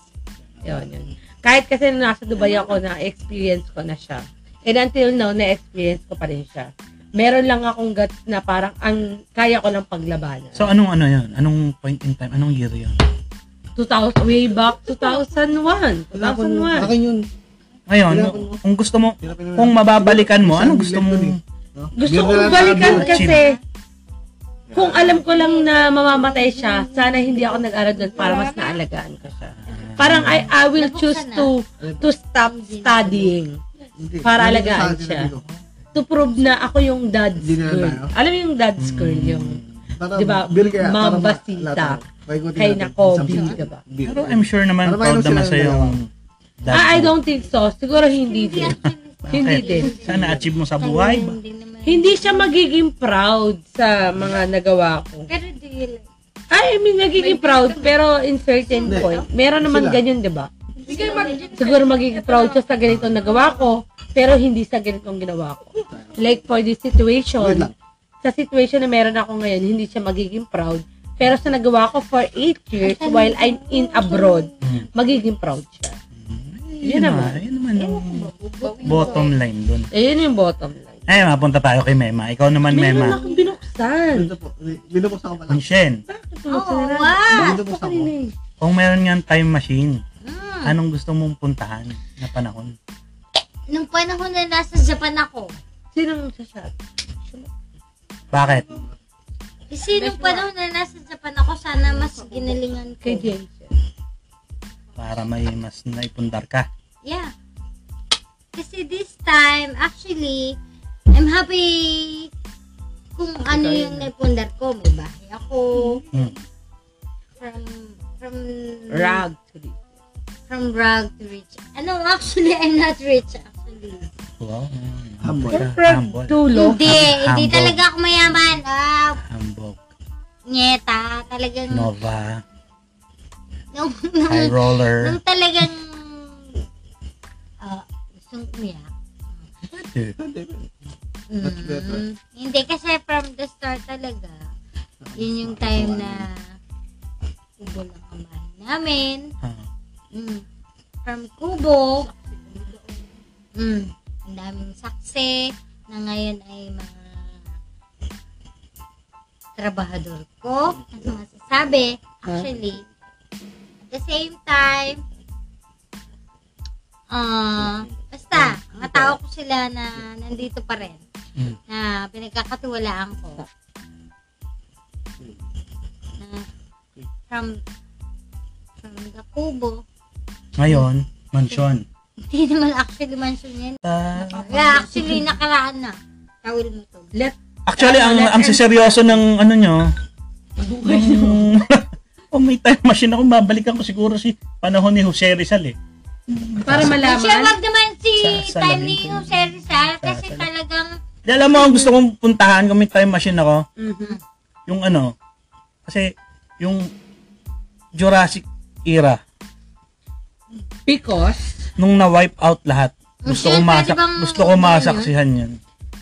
Yun, yun. Kahit kasi nung nasa Dubai ako, na-experience ko na siya. And until now, na-experience ko pa rin siya. Meron lang akong guts na parang ang kaya ko lang paglabanan.
So anong ano yun? Anong point in time? Anong year yun?
2000, way back 2001. 2001.
Akin yun.
Ngayon,
Hirapan mo.
kung gusto mo,
Hirapan mo.
kung mababalikan mo, Oh, anong gusto
Isang
mong...
bilet eh. No?
Gusto
Meron
kong
na lang
balikan
tayo.
kasi kung alam ko lang na mamamatay siya, sana hindi ako nag-aral doon para mas naalagaan ko siya. Parang I, I will choose to to stop studying
Hindi.
Para
Hindi
alagaan
sa atin
siya.
nandito.
to prove na ako yung dad's
Hindi na Hmm.
girl.
tayo?
Alam mo yung dad's girl yung
Para
Di ba,
bill kaya, para ma-
mabasita.
lahat tayo. Paikutin
kay
natin.
na Kobe,
Isang bill.
diba?
Bill.
Pero I'm sure naman
Para
proud
mayroon
naman
silang
sa'yo yung... dad
Ah, I
mo.
don't think so. Siguro hindi din.
Bakit?
Hindi din.
Sana achieve mo sa buhay. ba?
Hindi naman.
Hindi siya magiging proud sa mga nagawa ko.
Pero do you like?
I mean, nagiging proud, pero in certain
Hindi.
point. Meron naman
Sila.
ganyan, di ba? Siguro magiging proud siya sa ganitong nagawa ko, pero hindi sa ganitong ginawa ko. Like for this
Wait
situation,
lang.
sa situation na meron ako ngayon, hindi siya magiging proud. Pero sa nagawa ko for 8 years while I'm in abroad,
Hmm.
magiging proud siya.
Yun naman. Yun naman yung bottom line dun.
Ayun yung bottom line.
Ay, mapunta tayo kay Mema. Ikaw naman,
Meron
Mema.
akong binuksan.
Ito po. Binubuksan ko pala.
Anshin,
Oh, wow!
Binubuksan ko.
Kanina eh.
kung meron nga time machine,
Mm.
anong gusto mong puntahan na panahon?
Nung panahon na nasa Japan ako,
Sinong sasabi?
Bakit?
kasi nung panahon na nasa Japan ako, sana mas ginalingan ko.
Kay James.
Para may mas naipundar ka.
Yeah. Kasi this time, actually, I'm happy kung ano yung naipundar ko. May bahay ako.
Mm.
From, from,
Rag to the
from rag to rich. Ano, actually, I'm not rich.
Wow.
Ah, Humble.
Humble. Humble.
Pagdulo.
Hindi, hindi
Humble.
talaga ako mayaman. Ah,
Humble.
nyeta. Talagang,
Nova.
nung,
High
nung,
roller.
nung talagang, ah, gusto kong umiyak.
Much better.
Mm, hindi, kasi from the start talaga, yun yung time na kubo lang kamay namin.
Ah.
Mm. From Kubo. Mm. Ang daming saksi na ngayon ay mga trabahador ko. Ano masasabi? Actually, at the same time, ah, basta, mga tao ko sila na nandito pa rin.
Mm.
Na pinagkakatiwalaan ko. Na from from the Kubo,
Ngayon, mansion.
Hindi naman actually mansion yan.
Ta-
Kaya actually nakaraan na. Tawil mo to.
Let
Actually, ang ang seryoso ng ano nyo, yung, oh, may time machine ako, babalikan ko siguro si panahon ni Jose Rizal eh.
para
Kasi
malaman.
wag naman si
Sa- sa
time
lamin
ni
ko.
Jose Rizal kasi
Sa- sa-
talagang
Di, alam mo, ang gusto kong puntahan kung may time machine ako,
Mhm.
yung ano, kasi yung Jurassic era,
Because,
nung na-wipe out lahat. Gusto
Yun,
kong
pwede
masak,
bang- ano
gusto kong masaksihan yun.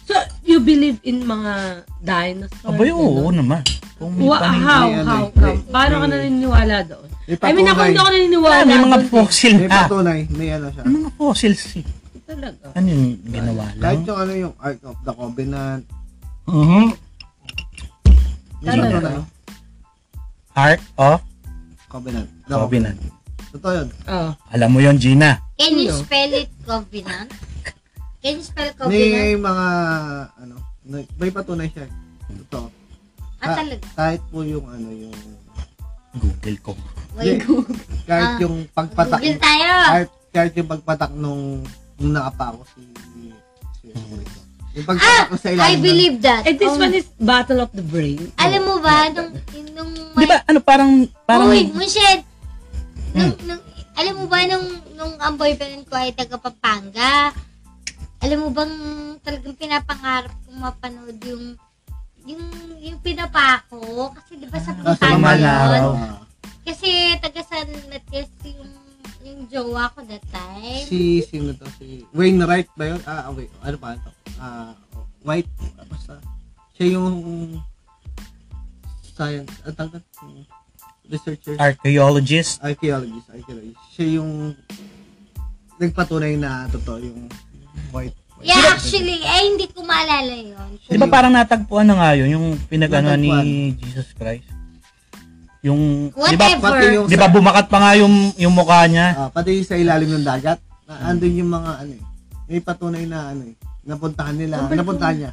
so, you believe in mga dinosaurs?
Abay, oo, oo
ganun?
naman. Kung may eh.
Wow,
panay-
how,
may ano,
how,
may-
how? Paano ka
may-
naniniwala doon? I
may
mean, ako
patunay.
hindi ako naniniwala.
Wala, may mga
doon eh.
fossil
May
na.
patunay, may ano siya.
May mga fossils eh.
Talaga.
Ano yung ginawa
Kahit
lang?
yung ano yung Ark of the Covenant.
Mhm.
May
Talaga?
patunay.
Heart of
Covenant. The
Covenant.
Totoo yun.
Oh.
Alam mo yon Gina.
can you
Ano?
spell it covenant? Can you spell covenant?
May mga ano, may- may patunay siya. Totoo.
Ah, talaga.
Kahit po yung ano yung
Google ko.
Wait.
Hindi. kahit
Ah,
yung pagpatak
Google tayo.
kahit, kahit yung pagpatak nung nung nakapako si si Rico. Yung
Ah!
pagpatak ko sa ilalim.
I
ng-
believe that.
And this
Oh.
one is Battle of the Brain.
Alam mo ba, nung, nung
Di ba, ano, parang, parang,
Uy, Munshed! Nung,
Hmm.
nung, alam mo ba nung, nung ang boyfriend ko ay taga Pampanga, alam mo bang talagang pinapangarap kong mapanood yung yung yung pinapako kasi di ba sa
Ah, sa
Pampanga
mga
yun?
Mamanaraw.
laro.
Kasi taga San Matias yung yung jowa ko that time.
Si sino to? Si Wainwright ba yun? Ah, wait. Ano pa ito? Ah, White. Basta. Siya yung science. Ang tawag doon? Researcher.
archaeologist.
archaeologist, archaeologist. Siya yung nagpatunay na totoo yung white. white
Yeah, actually, eh, hindi ko maalala yun.
Di ba parang natagpuan na nga yun, yung pinagano ni
Natagpuan.
Jesus Christ? Yung, di ba,
Whatever.
Pati yung,
di ba bumakat pa nga yung, yung mukha niya?
Ah, pati yung sa ilalim ng dagat, na andun yung mga ano eh. May patunay na ano eh. Napuntahan nila, napuntahan niya.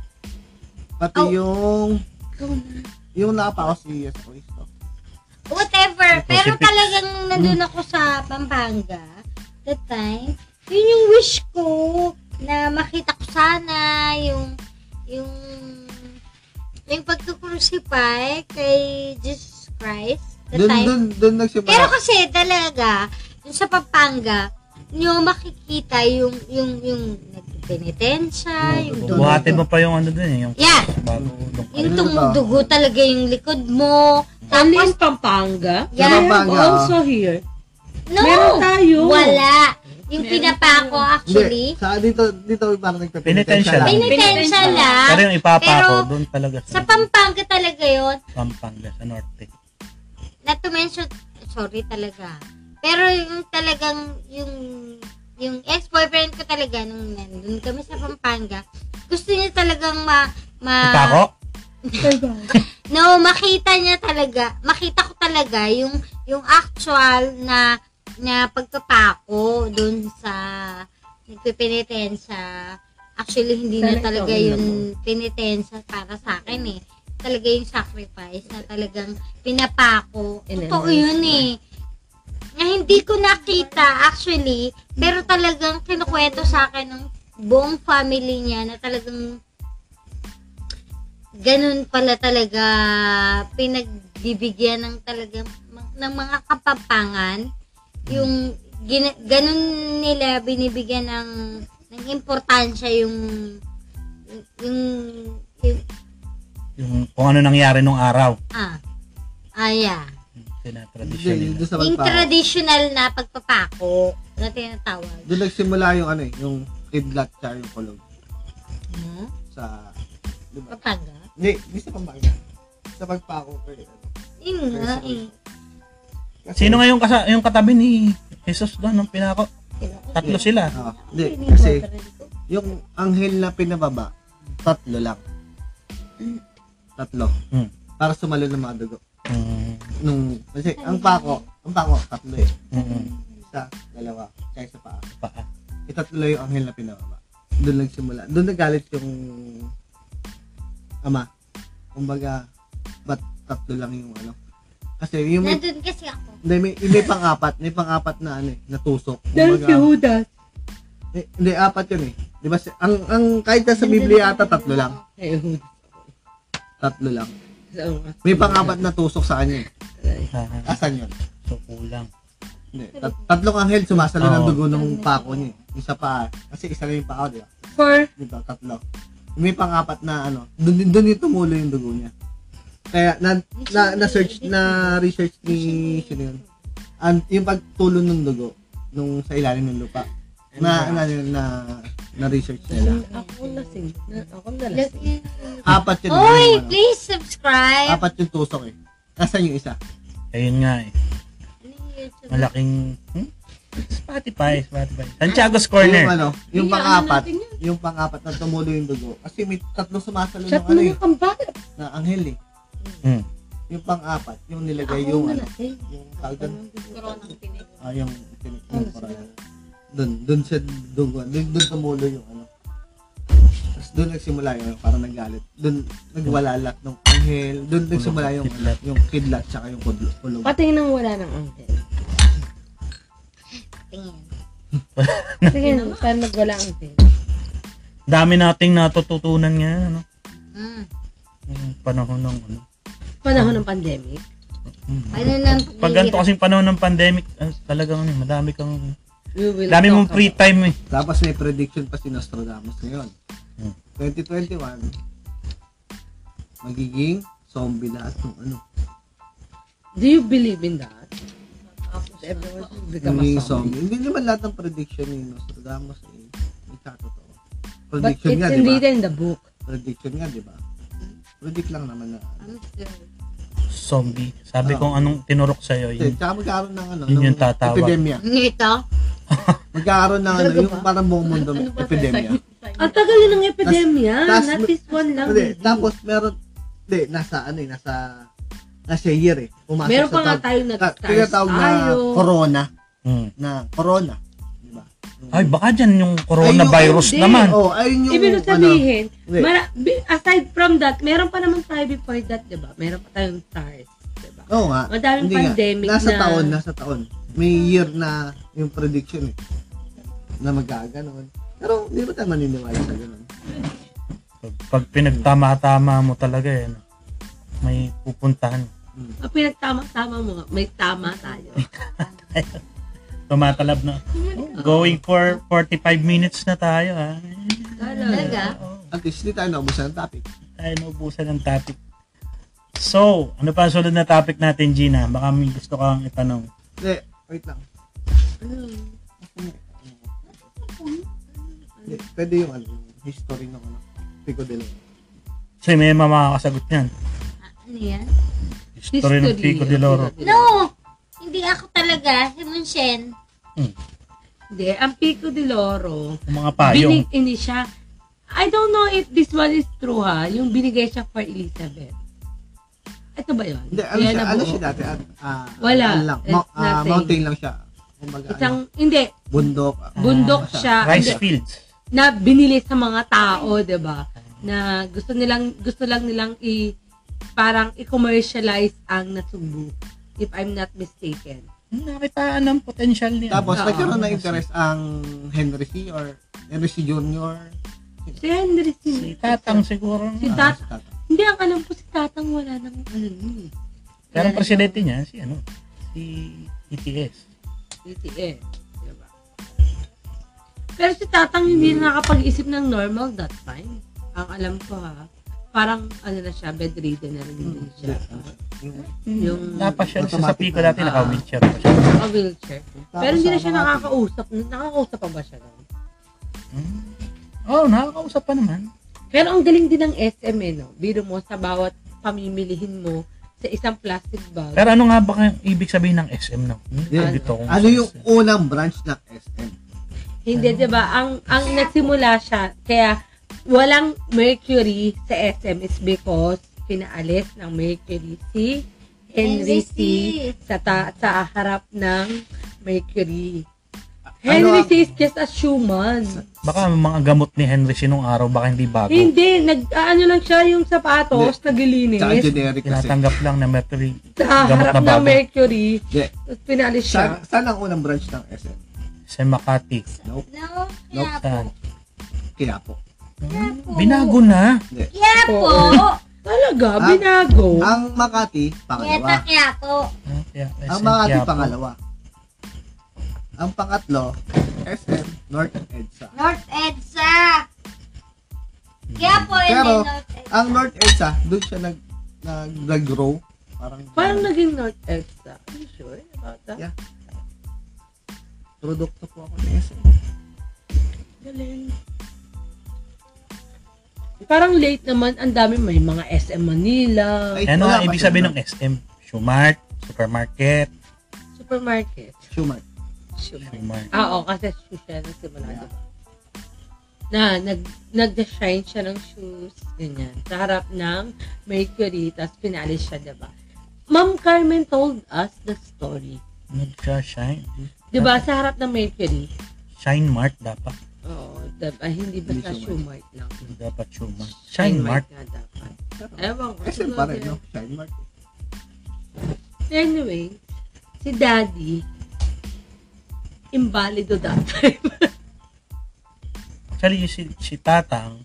Pati
Oh.
yung yung nakapaos si Jesus Cristo.
Whatever. Pero
Crucifix.
talagang nung nandun ako sa Pampanga that time. Yun yung wish ko na makita ko sana yung yung yung pagkukrucify kay Jesus Christ that
Doon
time.
doon doon
Pero
nagsimula.
kasi talaga yung sa Pampanga nyo makikita yung yung yung nagpenitensya, yung
Buhati mo pa yung ano dun eh, yung
Yeah,
bago. nung-
yung tumudugo talaga yung likod mo.
Only in
Tapos,
Oh. Pampanga. We
Yeah.
have
Pampanga.
also here.
no!
Meron tayo.
Wala. Yung
Meron
pinapako actually.
Hindi, sa dito dito parang
Penitensya
nagpepinitensya
lang.
lang.
Pinitensya lang.
Pero yung ipapako,
Pero
doon talaga
sa
sa,
Pampanga talaga yon
Pampanga, sa norte.
not to mention, sorry talaga. Pero yung talagang, yung, yung ex-boyfriend ko talaga, nung nandun kami sa Pampanga, gusto niya talagang ma, ma,
Ipako?
no, makita niya talaga, makita ko talaga yung, yung actual na, na pagkapako doon sa nagpipinitensya. Actually, hindi na
Sana
talaga
ikaw,
yung penitensya para sa akin eh. Talaga yung sacrifice na talagang pinapako.
And then,
Totoo yun eh. Na hindi ko nakita actually, pero talagang kinukwento sa akin ng buong family niya na talagang ganun pala talaga pinagbibigyan ng talagang ng mga kapapangan yung gina, ganun nila binibigyan ng ng importansya yung yung, yung
Yung kung ano nangyari nung araw.
ah ah yeah.
Tinatradition nila.
Doon sa
Yung
magpako.
traditional na pagpapako na tinatawag.
Doon nagsimula yung ano eh, yung kidlat siya yung kulog.
Hmm?
Sa, di ba?
Papaga?
Hindi, hindi sa pambaga. Sa pagpako. pero ano.
Yun nga eh.
Kasi-
Sino nga yung, kasa- yung katabi ni Jesus doon nung pinako?
oh,
Tatlo sila.
Ah, Hindi, kasi yung anghel na pinababa, tatlo lang. Tatlo.
Hmm.
Para sumalo ng mga dugo.
Mm,
Nung, kasi ang pako, ang pako, tatlo eh.
mm, mm,
Isa, dalawa, kaya sa paa.
paa.
Itatlo yung anghel na pinababa. Doon nagsimula. Doon nagalit yung ama. Kumbaga, ba't tatlo lang yung ano? Kasi yung may,
Nandun kasi ako.
may, may, may pang-apat, may pang-apat na ano eh, natusok.
Dahil si Judas.
Eh, Hindi, apat yun eh. Di ba? si- Ang, ang, kahit sa Biblia ata, tatlo lang.
Eh, Judas.
Tatlo lang.
Oo nga.
May pang-apat na tusok sa kanya eh.
Ah,
Asan yun?
So, kulang.
Hindi. Tat- tatlong anghel sumasalo ng
Oo.
dugo ng pako niya eh. Isa pa. Kasi isa lang yung pako, di ba?
For,
Dito, tatlo. May pang-apat na ano. Doon doon yung tumulo yung dugo niya. Kaya na, na, na search na research ni sino yun. Ang- yung pagtulo ng dugo nung sa ilalim ng lupa. Na na na na, na research nila.
ako lasing. Na, ako
Look
nalasing.
in-
Apat yun.
Uy,
yung ano.
please subscribe.
Apat yung tusok eh. Nasaan yung isa?
Ayun nga eh.
Ano yung YouTube?
Malaking... Hmm? Spotify, Spotify. Santiago's Corner.
Yung ano, yung
Hindi,
pang-apat,
ano natin yun?
yung pang-apat na tumulo yung dugo. Kasi may tatlo sumasalo ng
Chat mo
ano
na
eh,
kambal.
na anghel eh.
Mm.
Yung pang-apat, yung nilagay
Ako
yung ano,
eh.
nalasing.
yung tawag doon,
Corona ng Pinoy.
ah, yung
Ano
pinipinipura. Doon, doon sa dugo, doon, doon tumulo yung ano. Tapos doon nagsimula yung ano, parang nagalit. Doon nagwala lahat ng anghel. Doon nagsimula yung ano,
kidlat.
yung kidlat tsaka yung kudlo- kulog.
Pati nang wala ng angel.
Tingin.
Sige, saan nagwala ang angel?
Dami nating natututunan nga, ano?
Mm.
Yung panahon ng ano.
Panahon ng pandemic.
Mm.
Ano nang
Pag ganito kasing panahon ng pandemic, ah, talagang ano, madami kang...
We will
Dami mong
talk about-
free time eh.
Tapos may prediction pa si Nostradamus ngayon.
Hmm.
2021, magiging zombie lahat ng ano.
Do you believe in that? Everyone will become a
Magiging
zombie.
zombie. Hindi naman lahat ng prediction ni Nostradamus eh. Nagkatotoo.
But
Prediction
it's
nga,
in
di ba?
written in the book.
Prediction nga, di ba? Predict lang naman na. ano.
Zombie. Sabi
Ah.
kong anong tinurok sa'yo.
Kasi,
Yun.
tsaka magkakaroon ng ano,
Yun
ng
yung tatawag.
epidemia.
Nito?
Magkakaroon ng ano,
Talaga Ano
yung parang buong mundo epidemia.
Ang tagal yun ng epidemya.
Tas-
Not this one lang.
Hindi, tapos meron, hindi, nasa ano eh, nasa, nasa year eh. Pumasok
Meron pa nga
tawag-
tayong
ta-
nag-stars
tinatawag na
tayo.
corona.
Mm.
na corona. Diba?
Ay, baka dyan yung coronavirus
Ay, yung-
naman.
Oh, ayun yung,
Ibig sabihin,
Hindi.
mara- bi- aside from that, meron pa naman tayo before that, di ba? Meron pa tayong SARS, di ba?
ano, oo nga.
Madaming
Hindi nga.
pandemic
nasa
na-
taon, nasa taon. May year na yung prediction eh. Na magkaganon. Pero hindi ba tayo maniniwala sa ganun?
Pag, pag pinagtama-tama mo talaga eh, no? may pupuntahan.
Hmm.
Ang pinagtama-tama mo, nga, may tama tayo.
Tumatalab na. Going for 45 minutes na tayo ha.
Talaga.
Talaga?
At least hindi tayo naubusan ng topic.
Tayo naubusan ng topic. So, ano pa ang sunod na topic natin, Gina? Baka may gusto kang itanong.
Hindi, wait lang. Hindi, pwede yung ano, yung history ng ano. Pico de Leon.
Kasi may makakasagot niyan.
Ano yan?
History ng Pico de Loro.
No! Hindi ako talaga. Si Munshen.
Hindi, ang Pico de Loro,
Hmm, Yung mga payong.
binig ini siya. I don't know if this one is true ha, yung binigay siya for Elizabeth. Ito ba yun?
Hindi, ano
Yan
siya,
na
ano
buo.
siya dati? At, ah,
Wala.
ano lang, mo-
It's
ah,
nothing.
mountain lang siya. Kumbaga,
Isang,
ano,
hindi,
bundok.
bundok
Ah,
siya.
Rice
Hindi.
fields.
na binili sa mga tao, 'di ba? Na gusto nilang gusto lang nilang i parang i-commercialize ang Natsubu if I'm not mistaken.
Hmm, Nakitaan ang potential niya.
Tapos,
Oo.
nagkaroon ng interest ang Henry C. or Henry C. Jr.
Si Henry
Si
si,
Tatang siguro.
si
nga.
Tat
si Tata.
hindi ang alam ko si Tatang wala nang ano ni
Pero ang presidente niya, si E ano, si ETS.
BTS, 'di ba? Pero si Tatang hindi na nakapag-isip ng normal that time. Ang alam ko ha, parang ano na siya, bedridden na rin din siya. Yung
Napasyal siya sa piko natin,
Ah.
naka-wheelchair pa siya.
a wheelchair. Pero hindi na siya
nakaka...
nakakausap. Nakakausap pa ba siya? nun?
Oo, oh, nakakausap pa naman.
Pero ang galing din ng SM eh, no? Biro mo sa bawat pamimilihin mo sa isang plastic bag.
Pero ano nga ba kaya ibig sabihin ng SM no? Hmm?
Yeah.
Dito akong
Ano yung unang branch ng SM?
Hindi, di ba? Ang, ang nagsimula siya, kaya walang Mercury sa SM is because pinaalis ng Mercury si Henry C. sa, ta- sa harap ng Mercury. Henry
ang-
C is just a human.
Baka ang mga gamot ni Henry sinong araw, baka hindi bago.
Hindi, nag, ano lang siya yung sapatos, nagilinis.
Tsaka generic kasi.
Tinatanggap lang na Mercury.
Sa
Gamot
harap
na
ng
bago.
Mercury,
Yeah.
tapos pinalis siya.
Saan, saan ang unang branch ng SM?
Sa Makati.
Nope.
No,
Nope.
kaya po.
Saan?
Kaya po.
Quiapo.
Binago na.
Kaya po.
Talaga,
Ah.
binago.
Ang Makati,
Kaya
pangalawa.
kaya po.
Ah, kaya
Ang
SM
Makati,
Quiapo.
pangalawa. Ang pangatlo, SM North EDSA.
North EDSA. Kaya po, and
Pero,
then eh, North EDSA.
Ang North EDSA, doon siya nag, nag, nag-grow. Parang,
Parang naging North Elsa. Are you sure about that?
Yeah. produkto po ako ng SM.
Galing. Parang late naman, ang dami may mga SM Manila,
Ay,
Ano nga
wala pa
ibig
siya
sabihin
nun.
ng SM? Shumart, supermarket,
supermarket.
Schumann.
shumart.
Ah, oo, kasi shoe siya nagsimula, di ba? Na, nag, nag-shine siya ng shoes, ganyan, sa harap ng Mercury, tapos pinalis siya, di ba? Ma'am Carmen told us the story.
Ano Nag-shine.
Di ba, sa harap ng Mercury,
Shine Mart dapat.
oo, di ba, hindi ba
Hindi
sa
Shoe
shoe mart lang?
Dapat Shumart. Shine Mart.
nga dapat. Ewan ko.
SM pa rin, no? Shine Mart.
Anyway, si Daddy, imbalido that time.
Actually, si, si Tatang,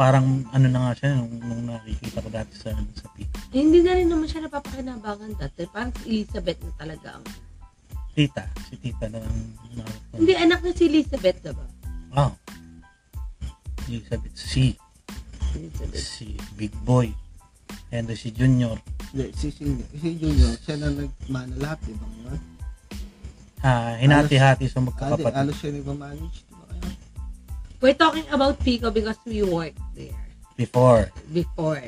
parang ano na nga siya nung, nung nakikita ko dati sa, sa tita.
Hindi na rin naman siya napapakinabangan that time. Parang si Elizabeth na talaga ang...
Tita, si tita na ang nahawak ko.
Hindi, anak na si Elizabeth, diba?
Wow. Elizabeth C.
Elizabeth.
Si Big Boy. Henry si Junior.
Hindi, si, si, si Junior, siya na nagmana lahat, di ba? ngayon?
Ha, hinati-hati sa
Ate,
magkakapatid.
alos siya nagmamanage, di ba? kayo?
We're talking about Pico because we worked there
Before.
before.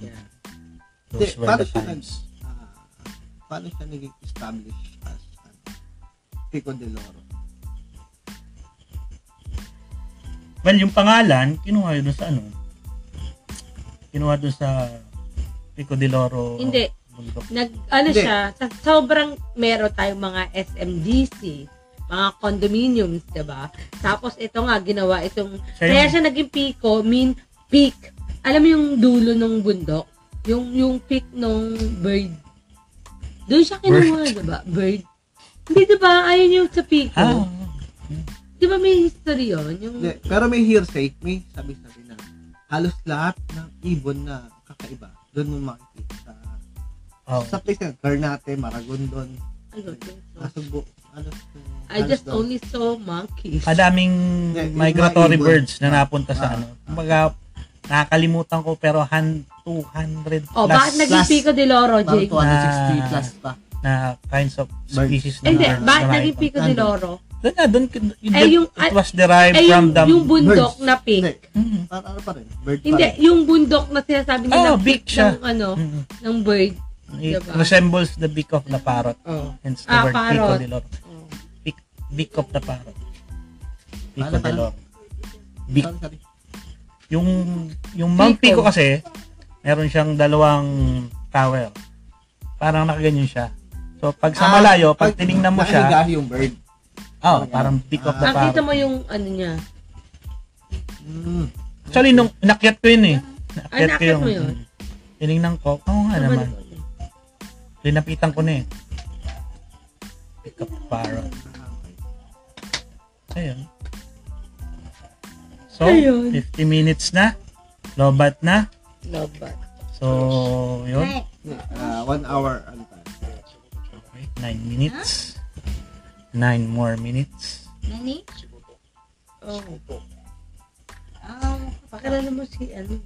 Yeah.
Those
Hindi,
were
paano
the
siya
times.
Ah, paano siya naging established as ano, Pico de Loro?
Well, yung pangalan, kinuha yun dun sa ano? Kinuha dun sa Pico de Loro.
Hindi.
Bundok.
Nag, ano
Hindi.
siya, sa sobrang meron tayong mga SMDC, mga condominiums, diba? Tapos ito nga, ginawa itong
Siya yung-
Kaya siya naging pico, mean peak. Alam mo yung dulo ng bundok? Yung yung peak ng bird. Doon siya kinuha,
Bird.
diba? Bird. Hindi diba? Ayun yung sa pico.
Ah,
Di ba may history yun? Yung,
Hindi,
Mm.
pero may hearsay, may sabi-sabi na halos lahat ng ibon na kakaiba, doon mo makikita sa,
oh.
sa place na Garnate, Maragondon,
I don't think so.
Nasugbo, halos
ano,
eh,
I
halos
just
doon.
only saw monkeys.
Kadaming
Yeah, yung
migratory
mga ibon.
birds na napunta sa
Ah,
ano.
ah.
Kumbaga, nakakalimutan ko pero han 200
Oh, bakit
plus
naging
last-
Pico de Loro,
Parang
Jake?
Ah.
260 plus pa.
na kinds of
Birds.
species
Eh, Hindi,
na
bakit naging Pico de
Andun.
Loro?
Doon nga, doon, yun-
Eh, yung-
it was derived from
Eh, yung,
the...
yung bundok
birds.
na pink.
Hindi,
Mm,
parang ano pa rin, bird
Hindi,
pa rin.
yung bundok na sinasabi nila
Oh, big
peak
siya.
ng, ano,
mm.
ng bird.
It
Diba?
resembles the beak of the parrot.
Oh.
Hence the
Ah,
word Pico
parrot.
de Loro.
oh.
Beak, beak of the parrot. Pico
Ano,
de
ano?
Loro. Beak.
Sorry, sorry.
Yung, yung Mount Pico
Pico.
kasi, meron siyang dalawang tower. Parang nakaganyan siya. So, pag sa
Ah,
malayo, pag
pag-
tiningnan mo siya,
Nakahiga yung bird.
oh, parang beak of the
Ah.
parrot.
Nakita mo yung ano niya.
Mm.
Actually, nung inakyat ko yun eh.
Ay,
Inakyat ko
naakyat
yung...
Ah, mo yun?
Tinignan ko. Oo nga naman.
Ano ba yun?
Linapitan ko na eh. Pick up parrot. Ayun. So,
Ayun.
50 minutes na. Lobat na.
Love bat.
So, yun.
Right.
Yeah, ah, one hour ano tayo.
Okay, 9 minutes. Nine more minutes.
Nani?
Oh.
Oh,
Ah, pakilala mo si ano.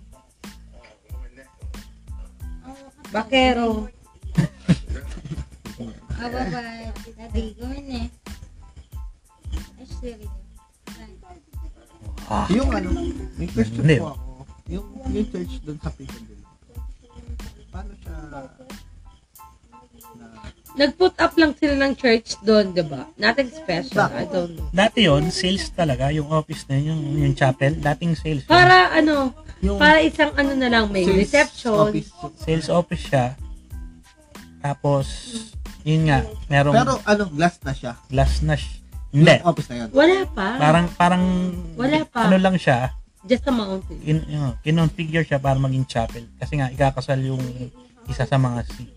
Bakero.
Aba ba, daddy ko yun eh. Ay, sorry.
Ah,
Yung ano, may question
Hindi.
po ako. Yung, yung church doon sa Piccadilly. Paano siya na
Nag-put up lang sila ng church doon, di ba? Nothing special. I don't know.
dati yon sales talaga. Yung office na yun, yung, yung chapel, dating sales. yun.
Para ano,
yung
para isang ano na lang, may
sales
reception.
office?
Sales office siya. Tapos, yun nga, merong
Pero Ah. ano, glass na siya.
glass na sh-
Glass
Hindi.
office na yun.
Wala pa.
Parang, parang,
Wala pa.
ano lang siya,
Just a mountain.
in, you know, kinonfigure siya para maging chapel. Kasi nga, ikakasal yung isa sa mga si,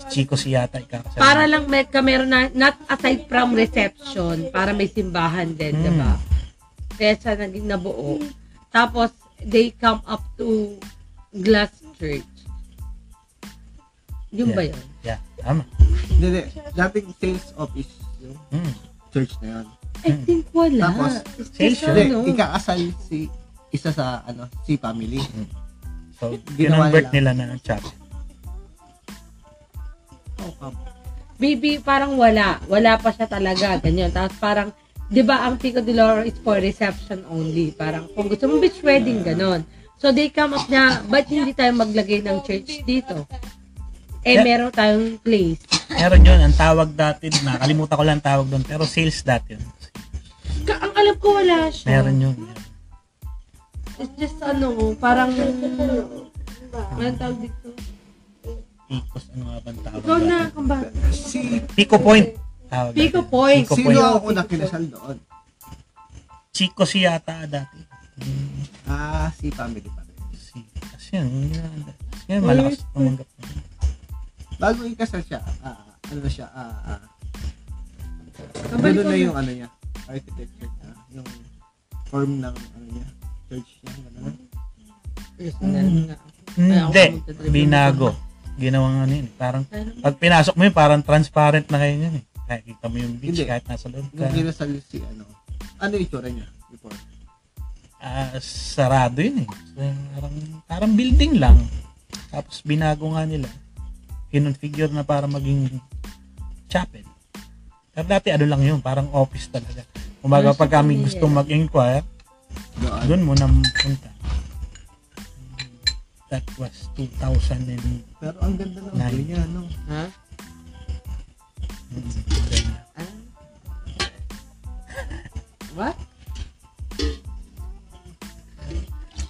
si Chico siyata ikakasal.
Para lang may kamera na, not aside from reception, para may simbahan din,
Hmm.
di ba? Kaya siya naging nabuo. Tapos, they come up to Glass Church. Yun ba yun?
Yeah, tama.
Hindi, hindi. Dating sales office yung
Mm.
church na yun.
I think wala. ano?
Tapos,
sales
Special,
Hindi,
no?
ikakasal si isa sa ano, si family.
So,
Ginawa
kinonvert nila na chapel.
Okay.
Baby, parang wala. Wala pa siya talaga. Ganyan. Tapos parang, di ba ang Pico de Loro is for reception only. Parang kung gusto mong beach wedding, ganon. So they come up na, ba't hindi tayo maglagay ng church dito? Eh,
Yeah.
meron tayong place.
Meron yun, ang tawag dati, nakalimutan ko lang ang tawag doon, pero sales dati yun.
Ka ang alam ko wala siya.
Meron yun. meron.
It's just ano, parang, anong tawag dito?
Picos, ano nga ba ang tawag
Ikaw na,
dati?
kamba.
Si
Pico Point. Tawag
Pico
Ah, dati.
Point.
Pico
sino
Point.
ang unang kinasal doon?
Chico siyata dati. Mm,
Ah, si family pa rin.
Si, kasi yun, yun, yun, yun, malakas tumanggap.
Bago ikasal siya, ah, ano na siya, ah, ah,
Kabalik
Ganun na
ko.
yung ano niya, architecture niya, yung form ng ano niya, church niya, ganun.
Hindi, binago. Ginawang ano yun. Parang, pag pinasok mo yun, parang transparent na kayo yun eh. Nakikita mo yung beach
Hindi.
kahit nasa loob ka.
Yung kinasal si ano, ano yung itsura niya before?
Ah, sarado yun eh. So, parang, parang building lang. Tapos binago nga nila. Kinonfigure na para maging chapel. Pero dati ano lang yun, parang office talaga. Umaga pag kami gusto mag-inquire,
Doon.
doon muna punta. That was 2000 and
Pero ang ganda ng
Nine.
view niya, ano, no?
Ha? Ah. What?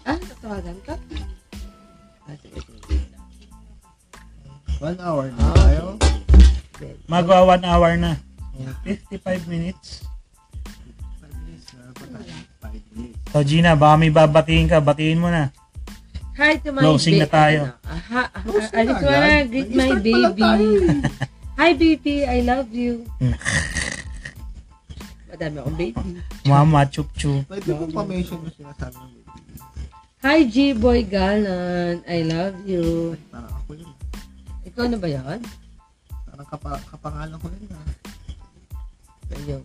Ah, natawagan ka? Ah, sige, sige.
One hour na tayo.
Magwa one hour na. So, 55 minutes.
Five minutes, meron pa tayo. Five minutes.
So Gina, baka may babatiin ka. Batiin mo na.
Hi to my
Closing na
baby.
tayo.
Aha, aha, I
Close
just
na agad.
wanna greet my
Nag-start pa lang
baby.
tayo eh.
Hi baby, I love you. Madami akong baby.
Mama, chup-chup.
Pwede kong pa-mention yung sinasabi ng baby.
Hi G-Boy Galan, I love you.
Parang ako yun.
Ikaw na ba yan?
Parang kapa- kapangalan ko yun. ah.
Ayun.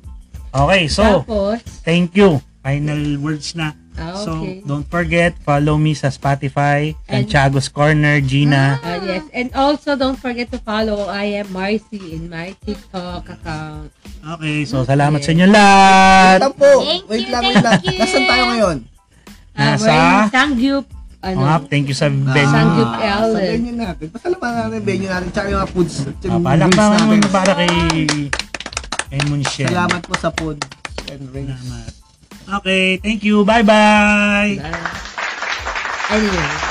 Okay, so,
Tapos,
thank you.
Final words na.
ah,
So,
okay.
Don't forget, follow me sa Spotify,
And-
Santiago's Corner, Gina.
Ah, yes. And also, don't forget to follow I am Marcy in my TikTok account.
Okay, so
So, salamat sa inyo lahat.
Tampo!
Thank
Wait
you,
lang, wait lang.
thank you.
Nasaan tayo ngayon?
Ah,
Nasa?
we're in Sangyup,
Oo nga,
ano,
thank you sa
Thank
venue.
you, Ellen.
Ah, Sa venue natin. Pasalamahan natin yung venue natin. Tsaka yung mga foods. tsaka
Ah,
yung
Palak
drinks
pa
natin.
naman para kay kay Munchen.
Salamat po sa food and rings.
Salamat. Okay, thank you. Bye-bye.
anyway.